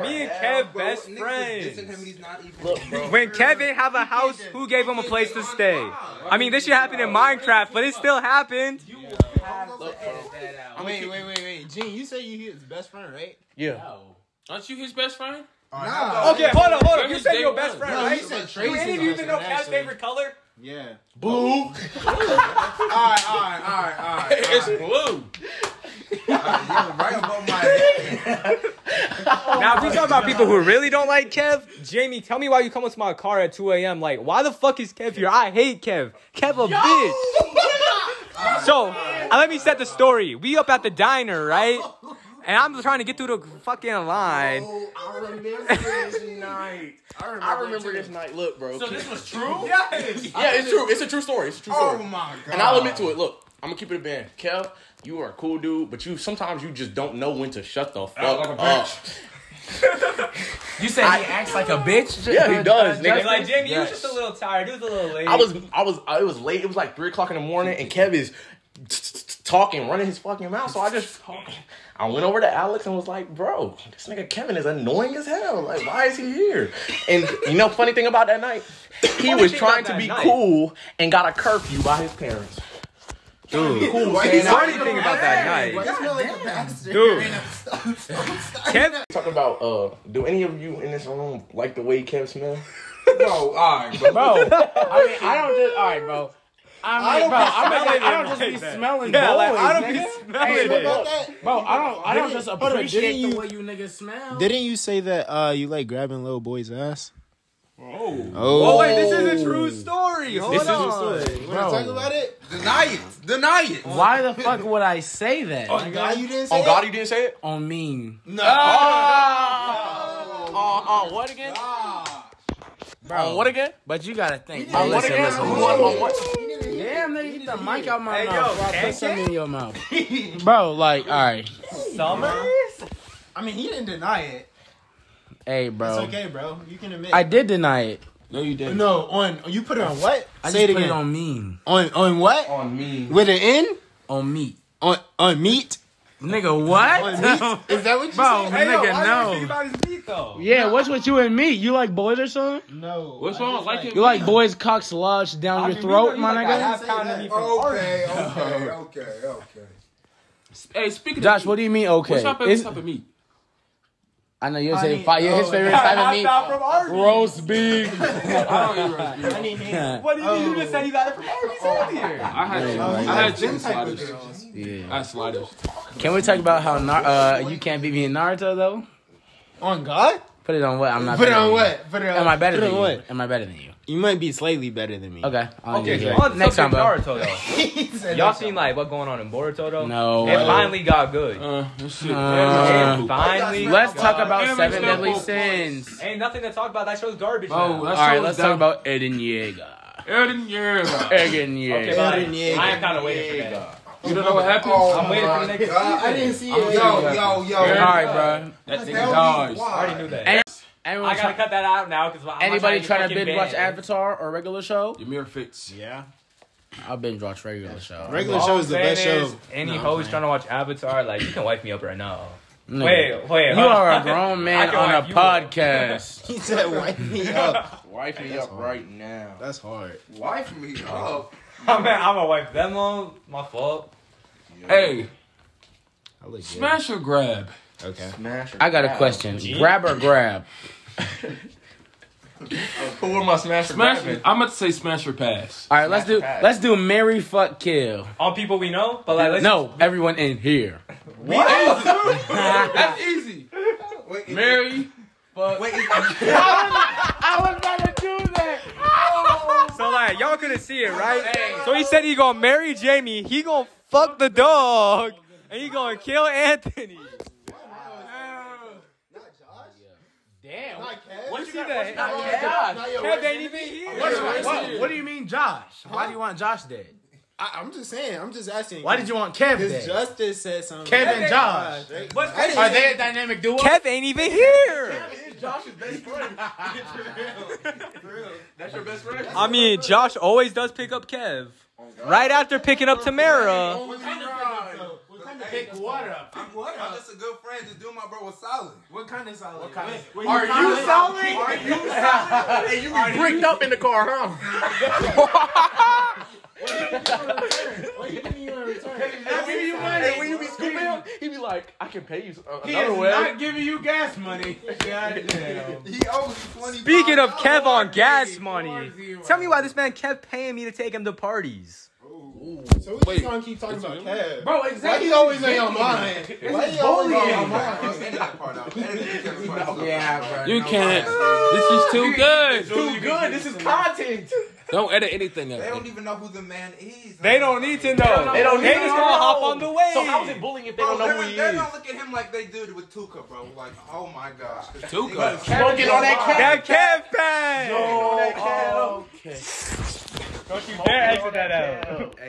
Speaker 3: Me and Kev best
Speaker 4: Niggas was dissing him and
Speaker 3: friends.
Speaker 4: he's not even.
Speaker 3: When Kev didn't have a house, who gave him a place to stay? I mean, this shit happened in Minecraft, but it still happened.
Speaker 6: Wait, wait, wait, wait, Gene, you say you his best friend, right?
Speaker 2: Yeah.
Speaker 5: Aren't you his best friend?
Speaker 4: Nah.
Speaker 3: Okay, hold on, hold on. You
Speaker 5: Who's
Speaker 3: said
Speaker 5: day
Speaker 3: your best
Speaker 5: one?
Speaker 3: friend,
Speaker 6: No,
Speaker 3: right?
Speaker 6: he said
Speaker 3: Do
Speaker 6: Tracy's
Speaker 3: any of you
Speaker 6: my
Speaker 3: even know
Speaker 6: friend,
Speaker 3: Kev's
Speaker 6: actually.
Speaker 3: favorite color?
Speaker 6: Yeah.
Speaker 4: All right, all right, all right, all right.
Speaker 5: It's blue.
Speaker 4: You're right above my head.
Speaker 3: Now, if we talk about people who really don't like Kev, Jamie, tell me why you come into my car at 2 a.m. Like, why the fuck is Kev here? I hate Kev. Kev a bitch. so, uh, let me set the story. We up at the diner, right? And I'm trying to get through the fucking line.
Speaker 2: I remember this night. I remember, this night. Look, bro. So this was true? yes. Yeah, it's true. It's a true story. It's a true story.
Speaker 4: Oh my god.
Speaker 2: and I'll admit to it. Look, I'm gonna keep it a band. Kev, you are a cool dude, but you sometimes you just don't know when to shut the fuck
Speaker 4: like a
Speaker 2: up.
Speaker 7: You said he acts like a bitch?
Speaker 2: Yeah, he does, nigga.
Speaker 3: Like, Jamie, you was just a little tired. You was a little late.
Speaker 2: I was, I was, I, it was late. It was like three o'clock in the morning, and Kev is t- t- t- talking, running his fucking mouth. So I just, I went over to Alex and was like, "Bro, this nigga Kevin is annoying as hell. Like, why is he here?" And you know, funny thing about that night, he was
Speaker 3: thing
Speaker 2: trying to
Speaker 3: about that
Speaker 2: be
Speaker 3: night.
Speaker 2: cool and got a curfew by his parents.
Speaker 3: The funny thing about that night, dude. Kev,
Speaker 2: Talking about, uh, do any of you in this room like the way Kev smells?
Speaker 4: Bro, Oh, all right, bro.
Speaker 7: Bro, I mean, I don't just, all right, bro. I mean, bro, I, mean, like, I don't just be
Speaker 3: like that.
Speaker 7: smelling
Speaker 3: yeah, like,
Speaker 7: boys,
Speaker 3: I don't
Speaker 7: nigga.
Speaker 3: be smelling it.
Speaker 6: About that?
Speaker 7: Bro, I don't, I don't just
Speaker 6: Hold on,
Speaker 7: appreciate
Speaker 6: didn't
Speaker 7: the
Speaker 6: you-
Speaker 7: way you niggas smell.
Speaker 11: Didn't you say that uh, you like grabbing little boys' ass? Oh.
Speaker 3: Oh, wait, this is a true story. Hold on.
Speaker 6: Wanna talk about it?
Speaker 4: Deny it. Deny it.
Speaker 7: Why the fuck would I say that?
Speaker 6: On God, you didn't say
Speaker 2: Oh God, you didn't say it.
Speaker 7: on mean.
Speaker 4: No.
Speaker 2: Ah. On, on Uh, what again?
Speaker 7: Bro,
Speaker 2: On what again?
Speaker 7: But you gotta think.
Speaker 2: On what again? On what? On what?
Speaker 7: Damn, nigga, get the mic out my
Speaker 3: Hey, yo,
Speaker 7: mouth. before I
Speaker 3: can-
Speaker 7: put something in your mouth. Bro, like, all right.
Speaker 3: Summers?
Speaker 6: I mean, he didn't deny it.
Speaker 7: Hey, bro.
Speaker 6: It's okay, bro. You can admit.
Speaker 7: I did deny it.
Speaker 5: No, you didn't.
Speaker 6: no on you put it on what?
Speaker 7: I
Speaker 6: say it
Speaker 7: just put
Speaker 6: again.
Speaker 7: it on mean.
Speaker 6: on on what?
Speaker 4: On me.
Speaker 6: With an N?
Speaker 7: On meat.
Speaker 6: On on meat?
Speaker 7: Nigga, what?
Speaker 3: Oh,
Speaker 6: On meat? Is that what you
Speaker 7: Bro,
Speaker 6: said?
Speaker 7: nigga, no.
Speaker 3: though?
Speaker 7: Yeah, what's with you and me? You like boys or something?
Speaker 6: No.
Speaker 5: What's wrong? Like
Speaker 7: You like boys cocks lodged down your throat, my nigga?
Speaker 3: half pound of me from
Speaker 4: Okay, okay, okay, okay.
Speaker 5: Hey, speaking
Speaker 7: Josh,
Speaker 5: of
Speaker 7: what do you mean? Okay,
Speaker 5: What's your favorite
Speaker 7: It's-
Speaker 5: type of meat?
Speaker 7: I know you're
Speaker 12: I
Speaker 7: saying
Speaker 12: mean-
Speaker 7: fire. His
Speaker 12: oh,
Speaker 7: favorite
Speaker 12: yeah.
Speaker 7: type of meat.
Speaker 3: Not from Arby's.
Speaker 7: Roast beef.
Speaker 12: Honey ham.
Speaker 3: What do you mean? You just said you got it from Arby's earlier.
Speaker 5: I had,
Speaker 6: Yeah,
Speaker 5: I
Speaker 6: like-
Speaker 5: had chicken
Speaker 12: Them type of
Speaker 5: sliders.
Speaker 12: girls.
Speaker 5: I had sliders.
Speaker 7: Can we talk about how Nar- uh, you can't beat me in Naruto though?
Speaker 6: On God?
Speaker 7: Put it on what? I'm not.
Speaker 6: Put it
Speaker 7: better than
Speaker 6: on
Speaker 7: you.
Speaker 6: what? Put it on
Speaker 7: Am I better
Speaker 6: put it
Speaker 7: than
Speaker 6: on
Speaker 7: you?
Speaker 6: what?
Speaker 7: Am I better than you?
Speaker 6: You might be slightly better than me.
Speaker 7: Okay. I'll
Speaker 6: Okay,
Speaker 7: give
Speaker 6: so
Speaker 7: you
Speaker 3: On
Speaker 7: that.
Speaker 3: the
Speaker 7: Next time,
Speaker 3: subject
Speaker 7: bro.
Speaker 3: of Naruto
Speaker 6: He
Speaker 3: though.
Speaker 6: said
Speaker 3: Y'all
Speaker 6: next
Speaker 3: seen
Speaker 6: time.
Speaker 3: like what going on in Boruto though?
Speaker 7: No.
Speaker 3: It finally got good.
Speaker 5: Uh, this shit.
Speaker 7: Uh,
Speaker 3: it finally.
Speaker 7: Let's
Speaker 3: got
Speaker 7: talk
Speaker 3: good.
Speaker 7: about
Speaker 5: Anime
Speaker 7: seven
Speaker 5: stuff
Speaker 7: deadly
Speaker 5: both
Speaker 7: sins.
Speaker 3: Ain't nothing to talk about. That show's garbage.
Speaker 5: Oh,
Speaker 3: now.
Speaker 5: that's
Speaker 7: All right, let's talk about Eren Yeager.
Speaker 5: Eden Yeager.
Speaker 7: Eren
Speaker 3: Okay,
Speaker 7: Yeager.
Speaker 3: bye.
Speaker 6: Eren Yeager.
Speaker 3: I am kind of waiting for that.
Speaker 5: You don't know what happened?
Speaker 3: I'm waiting for the next
Speaker 4: Oh God, I
Speaker 3: season.
Speaker 4: didn't see it.
Speaker 5: I'm
Speaker 4: Yo,
Speaker 5: good.
Speaker 4: yo, yo.
Speaker 7: All
Speaker 5: Eren-
Speaker 7: right, bro.
Speaker 5: That nigga
Speaker 4: Tell me
Speaker 5: dies.
Speaker 4: why.
Speaker 3: I already knew that.
Speaker 7: And- Everyone
Speaker 3: I gotta
Speaker 7: try-
Speaker 3: cut that out now because
Speaker 7: anybody trying to binge watch Avatar or regular show?
Speaker 5: Ymir fits.
Speaker 6: Yeah.
Speaker 7: I'll binge watch regular show.
Speaker 6: Regular show is the best show.
Speaker 3: Any
Speaker 6: No,
Speaker 3: hoes
Speaker 6: man.
Speaker 3: trying to watch Avatar, like you can wipe me up right now.
Speaker 7: Nigga,
Speaker 3: Wait, wait.
Speaker 7: you
Speaker 3: hold
Speaker 7: are a
Speaker 3: on.
Speaker 7: grown
Speaker 3: I
Speaker 7: man
Speaker 3: can
Speaker 7: on
Speaker 3: wipe
Speaker 7: a
Speaker 3: you up.
Speaker 7: podcast.
Speaker 6: He said, wipe me up.
Speaker 2: Wife me up right now.
Speaker 6: That's hard.
Speaker 4: Wife me up.
Speaker 3: I'm gonna- I'm gonna wipe them on. My fault.
Speaker 5: Hey,
Speaker 6: I look good.
Speaker 5: smash or grab?
Speaker 6: Okay.
Speaker 2: Smash.
Speaker 7: I got a question. Grab or grab?
Speaker 2: Who were my smash? or
Speaker 5: Smash.
Speaker 2: grabbing?
Speaker 5: I'm about to say smash or pass.
Speaker 7: All right, let's do
Speaker 2: Smash or
Speaker 7: let's do Mary fuck kill.
Speaker 3: On people we know, but like let's
Speaker 7: No, everyone in here.
Speaker 5: That's easy.
Speaker 4: Wait,
Speaker 5: Mary.
Speaker 4: wait,
Speaker 3: So like y'all couldn't see it, right? So he said he gonna marry Jamie. He gonna fuck the dog, and he gonna kill Anthony.
Speaker 7: Damn.
Speaker 3: What you see that?
Speaker 7: Josh.
Speaker 3: Kev ain't even here.
Speaker 7: What, what do you mean, Josh? Why do you want Josh dead?
Speaker 12: I, I'm just saying. I'm just asking.
Speaker 7: Why did you want Kev
Speaker 12: Because
Speaker 7: dead?
Speaker 12: Justice said something.
Speaker 7: Kev and Josh.
Speaker 3: What's
Speaker 7: Are they a dynamic duo?
Speaker 3: Kev ain't even here.
Speaker 2: That's your best friend.
Speaker 3: I mean, Josh always does pick up Kev. Right after picking up
Speaker 2: uh, Oh
Speaker 3: Tamara.
Speaker 4: what? I'm just a good friend. Just do my bro with solid.
Speaker 12: What kind of solid? What
Speaker 2: Are you solid? Are you solid? And you be bricked up in the car, huh? And when you, and when you be scooping him, he be like, I can pay you uh, another way.
Speaker 7: giving you gas money.
Speaker 4: He owes you twenty.
Speaker 3: Speaking of Kev on gas money, tell me why this man kept paying me to take him to parties.
Speaker 12: So we just gonna keep talking about Kev.
Speaker 7: Bro,
Speaker 12: Why
Speaker 7: exactly.
Speaker 12: he always on your mind? Why he always on your mind?
Speaker 4: Yeah,
Speaker 5: You can't. This is too good.
Speaker 2: Too good. This is content.
Speaker 5: Don't edit anything
Speaker 4: They
Speaker 5: out.
Speaker 4: don't even know who the man is.
Speaker 3: They don't need to know.
Speaker 2: They don't
Speaker 3: They
Speaker 2: need
Speaker 3: just
Speaker 2: to
Speaker 3: gonna
Speaker 2: know.
Speaker 3: hop on the wave.
Speaker 2: So how is it bullying if they
Speaker 4: Bro,
Speaker 2: don't know
Speaker 4: they're,
Speaker 2: who he
Speaker 4: they're
Speaker 2: is?
Speaker 4: gonna look at him like they did with Tuka, bro. Like, oh my gosh.
Speaker 5: Tuka.
Speaker 2: Smoking on that
Speaker 3: That Kev pass. Don't you dare exit that out.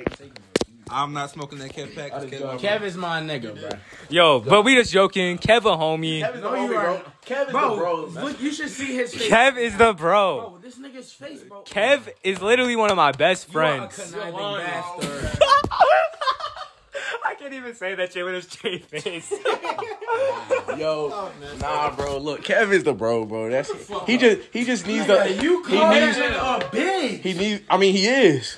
Speaker 4: I'm not smoking that Kev pack. 'cause Kev-
Speaker 7: Kev is my nigga, bro.
Speaker 3: Yo, but we just joking. Kev a homie.
Speaker 2: Kevin's the homie, bro. Kevin's the bro.
Speaker 7: look, you should see his face.
Speaker 3: Kev is the bro.
Speaker 7: this nigga's face, bro.
Speaker 3: Kev is literally one of my best friends. I can't even say that shit with his J face.
Speaker 2: Yo, nah, bro. Look, Kevin's the bro, bro. That's he just he just needs the
Speaker 7: You
Speaker 2: he needs
Speaker 7: a bitch.
Speaker 2: he needs. I mean, he is.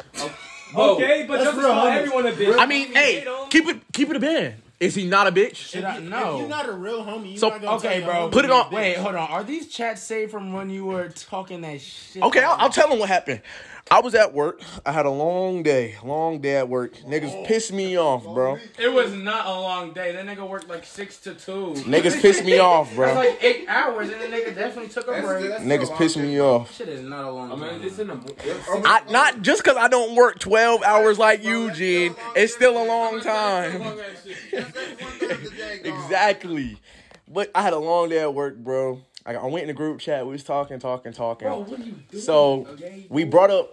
Speaker 3: okay, but just call everyone a bitch.
Speaker 2: I mean, hey, keep it keep it a band. Is he not a bitch?
Speaker 7: Should I?
Speaker 12: You're
Speaker 7: No.
Speaker 12: not a real homie. You
Speaker 2: So-
Speaker 12: not gonna
Speaker 7: okay,
Speaker 12: tell your
Speaker 7: bro.
Speaker 12: homie
Speaker 2: Put it on.
Speaker 7: Wait, hold on. Are these chats saved from when you were talking that shit?
Speaker 2: Okay, I'll, I'll tell him what happened. I was at work. I had a long day, long day at work. Niggas pissed me off, bro.
Speaker 7: It was not a long day. That nigga worked like six to two.
Speaker 2: Niggas pissed me off,
Speaker 7: That's
Speaker 2: bro.
Speaker 7: like eight hours, and the nigga definitely took a break.
Speaker 2: Niggas pissed me off.
Speaker 7: Shit is not a long
Speaker 5: I mean,
Speaker 7: time.
Speaker 5: it's in the. It's,
Speaker 2: I not just cause I don't work twelve hours like Eugene. It's still a long time.
Speaker 4: Oh.
Speaker 2: Exactly. But I had a long day at work, bro. I, I went in the group chat. We was talking, talking, talking. So we brought up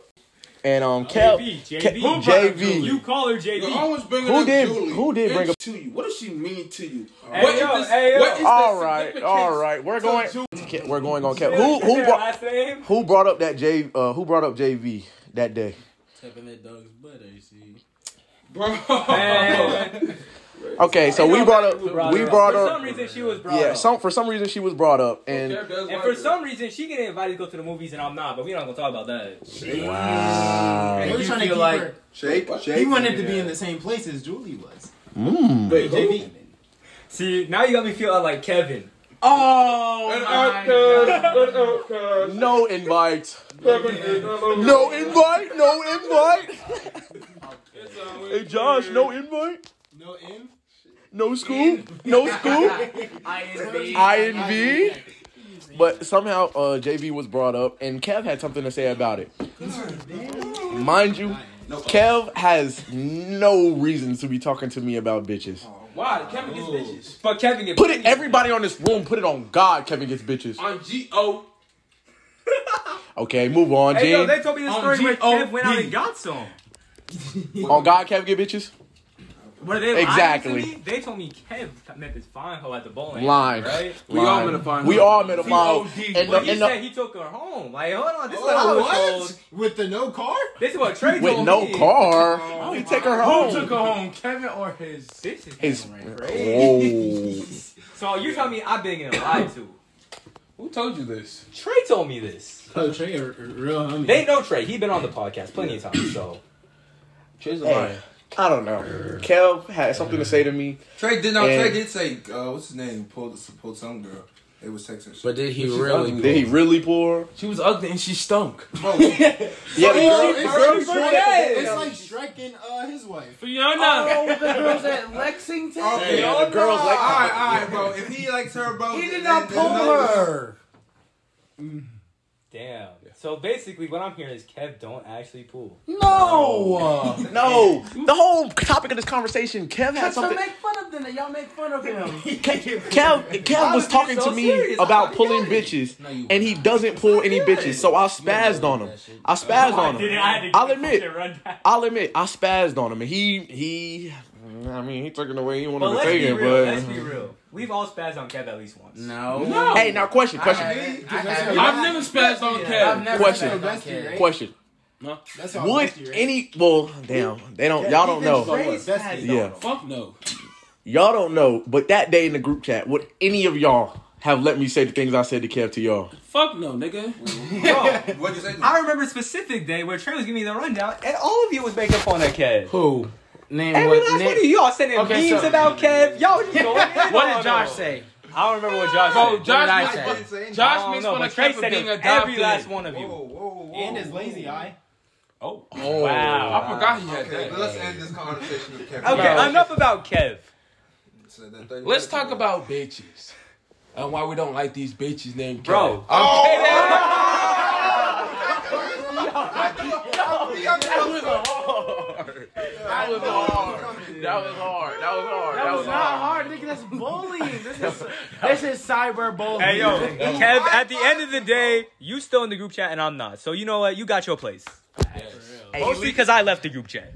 Speaker 2: and um Kev. Kev- JV.
Speaker 3: You call her JV.
Speaker 1: always bringing
Speaker 2: Who
Speaker 1: up
Speaker 2: did
Speaker 1: Julie.
Speaker 2: who did bring up?
Speaker 1: to you? What does she mean to you?
Speaker 3: Hey, yo, hey, yo.
Speaker 1: what is the
Speaker 2: All right,
Speaker 1: significance
Speaker 2: all right. We're
Speaker 1: to
Speaker 2: going.
Speaker 1: Julie?
Speaker 2: We're going on Kev. Who who brought
Speaker 3: Last name?
Speaker 2: who brought up that J? Uh, who brought up JV that day?
Speaker 7: Tapping that dog's butt, you see.
Speaker 3: Oh, Hey.
Speaker 2: Okay, so we brought up we brought
Speaker 3: For some
Speaker 2: up.
Speaker 3: reason, she was brought
Speaker 2: Yeah,
Speaker 3: up.
Speaker 2: some for some reason she was brought up and
Speaker 3: and for some reason, she getting invited to go to the movies, and I'm not. But we not gonna talk about that.
Speaker 12: They were trying to
Speaker 6: You feel
Speaker 12: keep
Speaker 6: like-
Speaker 12: her.
Speaker 1: Shake, shake.
Speaker 12: He wanted to be in the same place as Julie was.
Speaker 1: Wait,
Speaker 12: JV.
Speaker 3: See, now you got me feeling like Kevin.
Speaker 2: Oh,
Speaker 1: An outcast, an outcast.
Speaker 2: no invite.
Speaker 1: Seven days, I'm alone.
Speaker 2: No invite. No invite.
Speaker 1: It's always
Speaker 2: Hey, Josh.
Speaker 1: weird.
Speaker 2: No invite.
Speaker 12: No M?
Speaker 2: No school. No school. INV. But somehow uh, JV was brought up, and Kev had something to say about it. Mind you, Kev has no reason to be talking to me about bitches.
Speaker 4: Why? Kevin gets bitches.
Speaker 3: But Kevin gets
Speaker 2: Put it, everybody on this room, put it on God. Kevin gets bitches.
Speaker 4: On G-O.
Speaker 2: Okay, move on,
Speaker 3: Hey, yo,
Speaker 2: Gene.
Speaker 3: they told me the story where Kev went out and got some.
Speaker 2: On God, Kevin get bitches.
Speaker 3: What are they lying to
Speaker 2: Exactly.
Speaker 3: me? They told me Kev met this fine hoe at the bowling.
Speaker 2: Lying.
Speaker 3: Right?
Speaker 4: We all met a fine
Speaker 2: We
Speaker 4: hoe.
Speaker 2: all met a fine.
Speaker 4: G-O-D.
Speaker 2: And
Speaker 3: But
Speaker 2: the,
Speaker 3: he
Speaker 2: and
Speaker 3: said
Speaker 2: the,
Speaker 3: he took her home. Like, hold on, this is what I
Speaker 12: Oh,
Speaker 3: was
Speaker 12: what?
Speaker 3: told.
Speaker 12: With the no car?
Speaker 3: This is what Trey
Speaker 2: with
Speaker 3: told
Speaker 2: no
Speaker 3: me.
Speaker 2: car, he take her
Speaker 7: Who took
Speaker 2: home.
Speaker 7: her home, Kevin or his?
Speaker 3: This is
Speaker 2: His-
Speaker 3: crazy.
Speaker 2: Oh.
Speaker 3: So you tell me I've been getting lied to.
Speaker 1: Who told you this?
Speaker 3: Trey told me this.
Speaker 12: Oh, Trey, a, a real homie.
Speaker 3: They know Trey. He been on the podcast plenty of times. So
Speaker 12: Trey's a
Speaker 2: Hey, I don't know. Kev had something to say to me.
Speaker 4: Trey did not. Trey
Speaker 2: And-
Speaker 4: did say, uh, "What's his name?" Pulled pulled some girl. It was texting. shit.
Speaker 7: But did he
Speaker 2: She's
Speaker 7: really?
Speaker 2: ugly. Did he really pour?
Speaker 7: She was ugly and she stunk.
Speaker 4: Bro, you
Speaker 2: Yeah, the girl.
Speaker 12: It's,
Speaker 2: the girl-
Speaker 12: like Shrek, it's like Shrek and uh, his wife.
Speaker 7: Oh, the girls at Lexington.
Speaker 4: Okay,
Speaker 2: yeah, the girls like.
Speaker 4: all right, all right, bro. If he likes her, bro,
Speaker 7: He
Speaker 4: then-
Speaker 7: did not
Speaker 4: then- then
Speaker 7: pull
Speaker 4: no-
Speaker 7: her.
Speaker 3: damn. So basically, what I'm hearing is Kev don't actually pull.
Speaker 7: No.
Speaker 2: No, the whole topic of this conversation, Kev had
Speaker 7: So
Speaker 2: something.
Speaker 7: make fun of them. Y'all make fun of him.
Speaker 2: Kev, Kev was talking to me about pulling bitches, and he doesn't pull any bitches. So I spazzed on him. I spazzed on him. I'll admit. I'll admit. I spazzed on him, and he he. I mean, he took it away. He wanted
Speaker 3: But
Speaker 2: to
Speaker 3: let's
Speaker 2: take
Speaker 3: be
Speaker 2: it,
Speaker 3: real. Let's
Speaker 2: but.
Speaker 3: be real. We've all spazzed on Kev at least once.
Speaker 4: No,
Speaker 2: Hey, now question, question,
Speaker 4: I- I-
Speaker 12: I've never
Speaker 7: spazzed on Kev.
Speaker 2: Question.
Speaker 12: right?
Speaker 2: question.
Speaker 12: That's
Speaker 3: Oh,
Speaker 12: how
Speaker 2: Would
Speaker 12: bestie, right?
Speaker 2: any? Well, damn, they don't. Y'all don't know.
Speaker 12: Bestie.
Speaker 2: Yeah.
Speaker 5: Fuck no.
Speaker 2: Y'all don't know, but that day in the group chat, would any of y'all have let me say the things I said to Kev to y'all?
Speaker 5: Fuck no, nigga.
Speaker 3: Bro,
Speaker 4: What'd you say? to me?
Speaker 3: I remember a specific day where Trey was giving me the rundown, and all of you was making fun of Kev.
Speaker 7: Who? Name
Speaker 3: Every last
Speaker 7: what?
Speaker 3: one
Speaker 7: Name.
Speaker 3: of you, y'all sending
Speaker 7: Okay,
Speaker 3: memes
Speaker 7: so-
Speaker 3: about Kev. Y'all was just going in
Speaker 7: What
Speaker 3: on
Speaker 7: did Josh
Speaker 3: him.
Speaker 7: say?
Speaker 3: I don't remember what Josh
Speaker 7: Bro,
Speaker 5: Oh,
Speaker 3: said.
Speaker 7: Josh
Speaker 3: What
Speaker 7: was-
Speaker 3: did
Speaker 4: I didn't say anything.
Speaker 7: Josh-
Speaker 3: I don't
Speaker 7: mixed
Speaker 3: know,
Speaker 7: one
Speaker 3: but
Speaker 7: of
Speaker 3: Trey
Speaker 7: Kev
Speaker 3: said it
Speaker 7: being
Speaker 3: was every
Speaker 7: adopted.
Speaker 3: last one of you.
Speaker 4: Whoa, whoa, whoa.
Speaker 12: And his lazy eye.
Speaker 3: Oh,
Speaker 2: Oh.
Speaker 3: wow.
Speaker 7: I forgot he had
Speaker 4: Okay,
Speaker 7: that.
Speaker 4: let's end this conversation with Kevin.
Speaker 3: Okay,
Speaker 7: Bro.
Speaker 3: enough about Kev.
Speaker 4: So that
Speaker 7: Let's
Speaker 4: thirty minutes
Speaker 7: talk
Speaker 4: ago.
Speaker 7: about bitches and why we don't like these bitches named Kev.
Speaker 3: Bro.
Speaker 4: Oh!
Speaker 2: That was hard. That was hard. That was hard.
Speaker 7: That was not hard, nigga. That's bullying. This is this is cyber bullying.
Speaker 3: Hey, yo, Kev, at the end of the day, you still in the group chat and I'm not. So you know what? You got your place. Mostly because I left the group chat.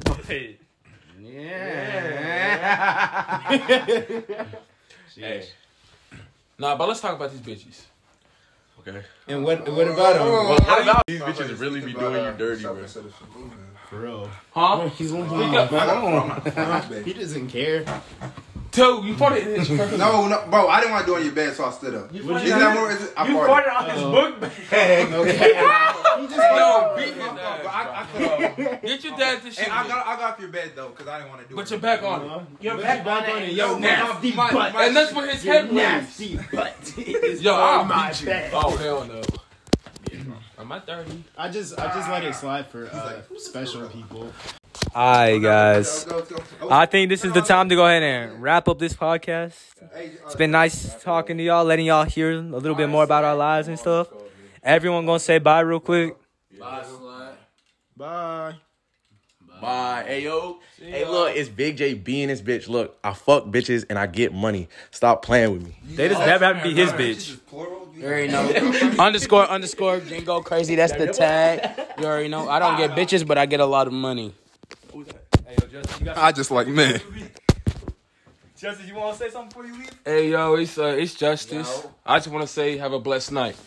Speaker 7: Nah, but let's talk about these bitches.
Speaker 2: Okay.
Speaker 6: And what what about him?
Speaker 2: Well, what about these bitches really be doing you dirty, bro?
Speaker 7: Huh?
Speaker 6: He's one He doesn't care.
Speaker 7: Two, you fought it in his
Speaker 4: No, no, bro, I didn't want to do it on your bed, so I stood up. Isn't that more? Is it? I farted.
Speaker 3: farted on his book
Speaker 7: Yo, beat
Speaker 4: Fuck
Speaker 7: his
Speaker 4: off,
Speaker 7: ass.
Speaker 4: bro. I, I could have.
Speaker 7: Get your dad this shit.
Speaker 4: Hey, I got, I got off your bed though, cause I didn't want to do it.
Speaker 7: But you're back on it.
Speaker 6: You're back on it. Yo,
Speaker 4: nasty my, butt.
Speaker 7: And that's what his head was.
Speaker 6: butt.
Speaker 7: Yo, I'll
Speaker 6: my
Speaker 7: beat you.
Speaker 6: bad.
Speaker 7: Oh, hell no. Am I 30?
Speaker 12: I just, I just let it slide for uh, special people.
Speaker 3: Hi, guys.
Speaker 4: Go, go, go.
Speaker 3: I think this is the time to go ahead and wrap up this podcast.
Speaker 4: Hey, uh,
Speaker 3: It's been nice talking to y'all, letting y'all hear a little bit more about our lives and stuff. Everyone gonna say bye real quick.
Speaker 12: Bye.
Speaker 2: Bye, ayo. Hey, look, it's Big J being this bitch. Look, I fuck bitches and I get money. Stop playing with me.
Speaker 3: They just never have to be his bitch.
Speaker 4: Plural. You-
Speaker 6: You already know. underscore underscore Jingo crazy. That's the tag. You already know. I don't get bitches, but I get a lot of money.
Speaker 4: I just like men.
Speaker 3: Justin, you wanna say something before you leave?
Speaker 7: Hey, yo, it's, uh, it's Justice. I just want to say, have a blessed night.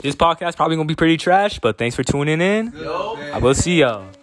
Speaker 3: This podcast probably gonna be pretty trash, but thanks for tuning in. I will see y'all.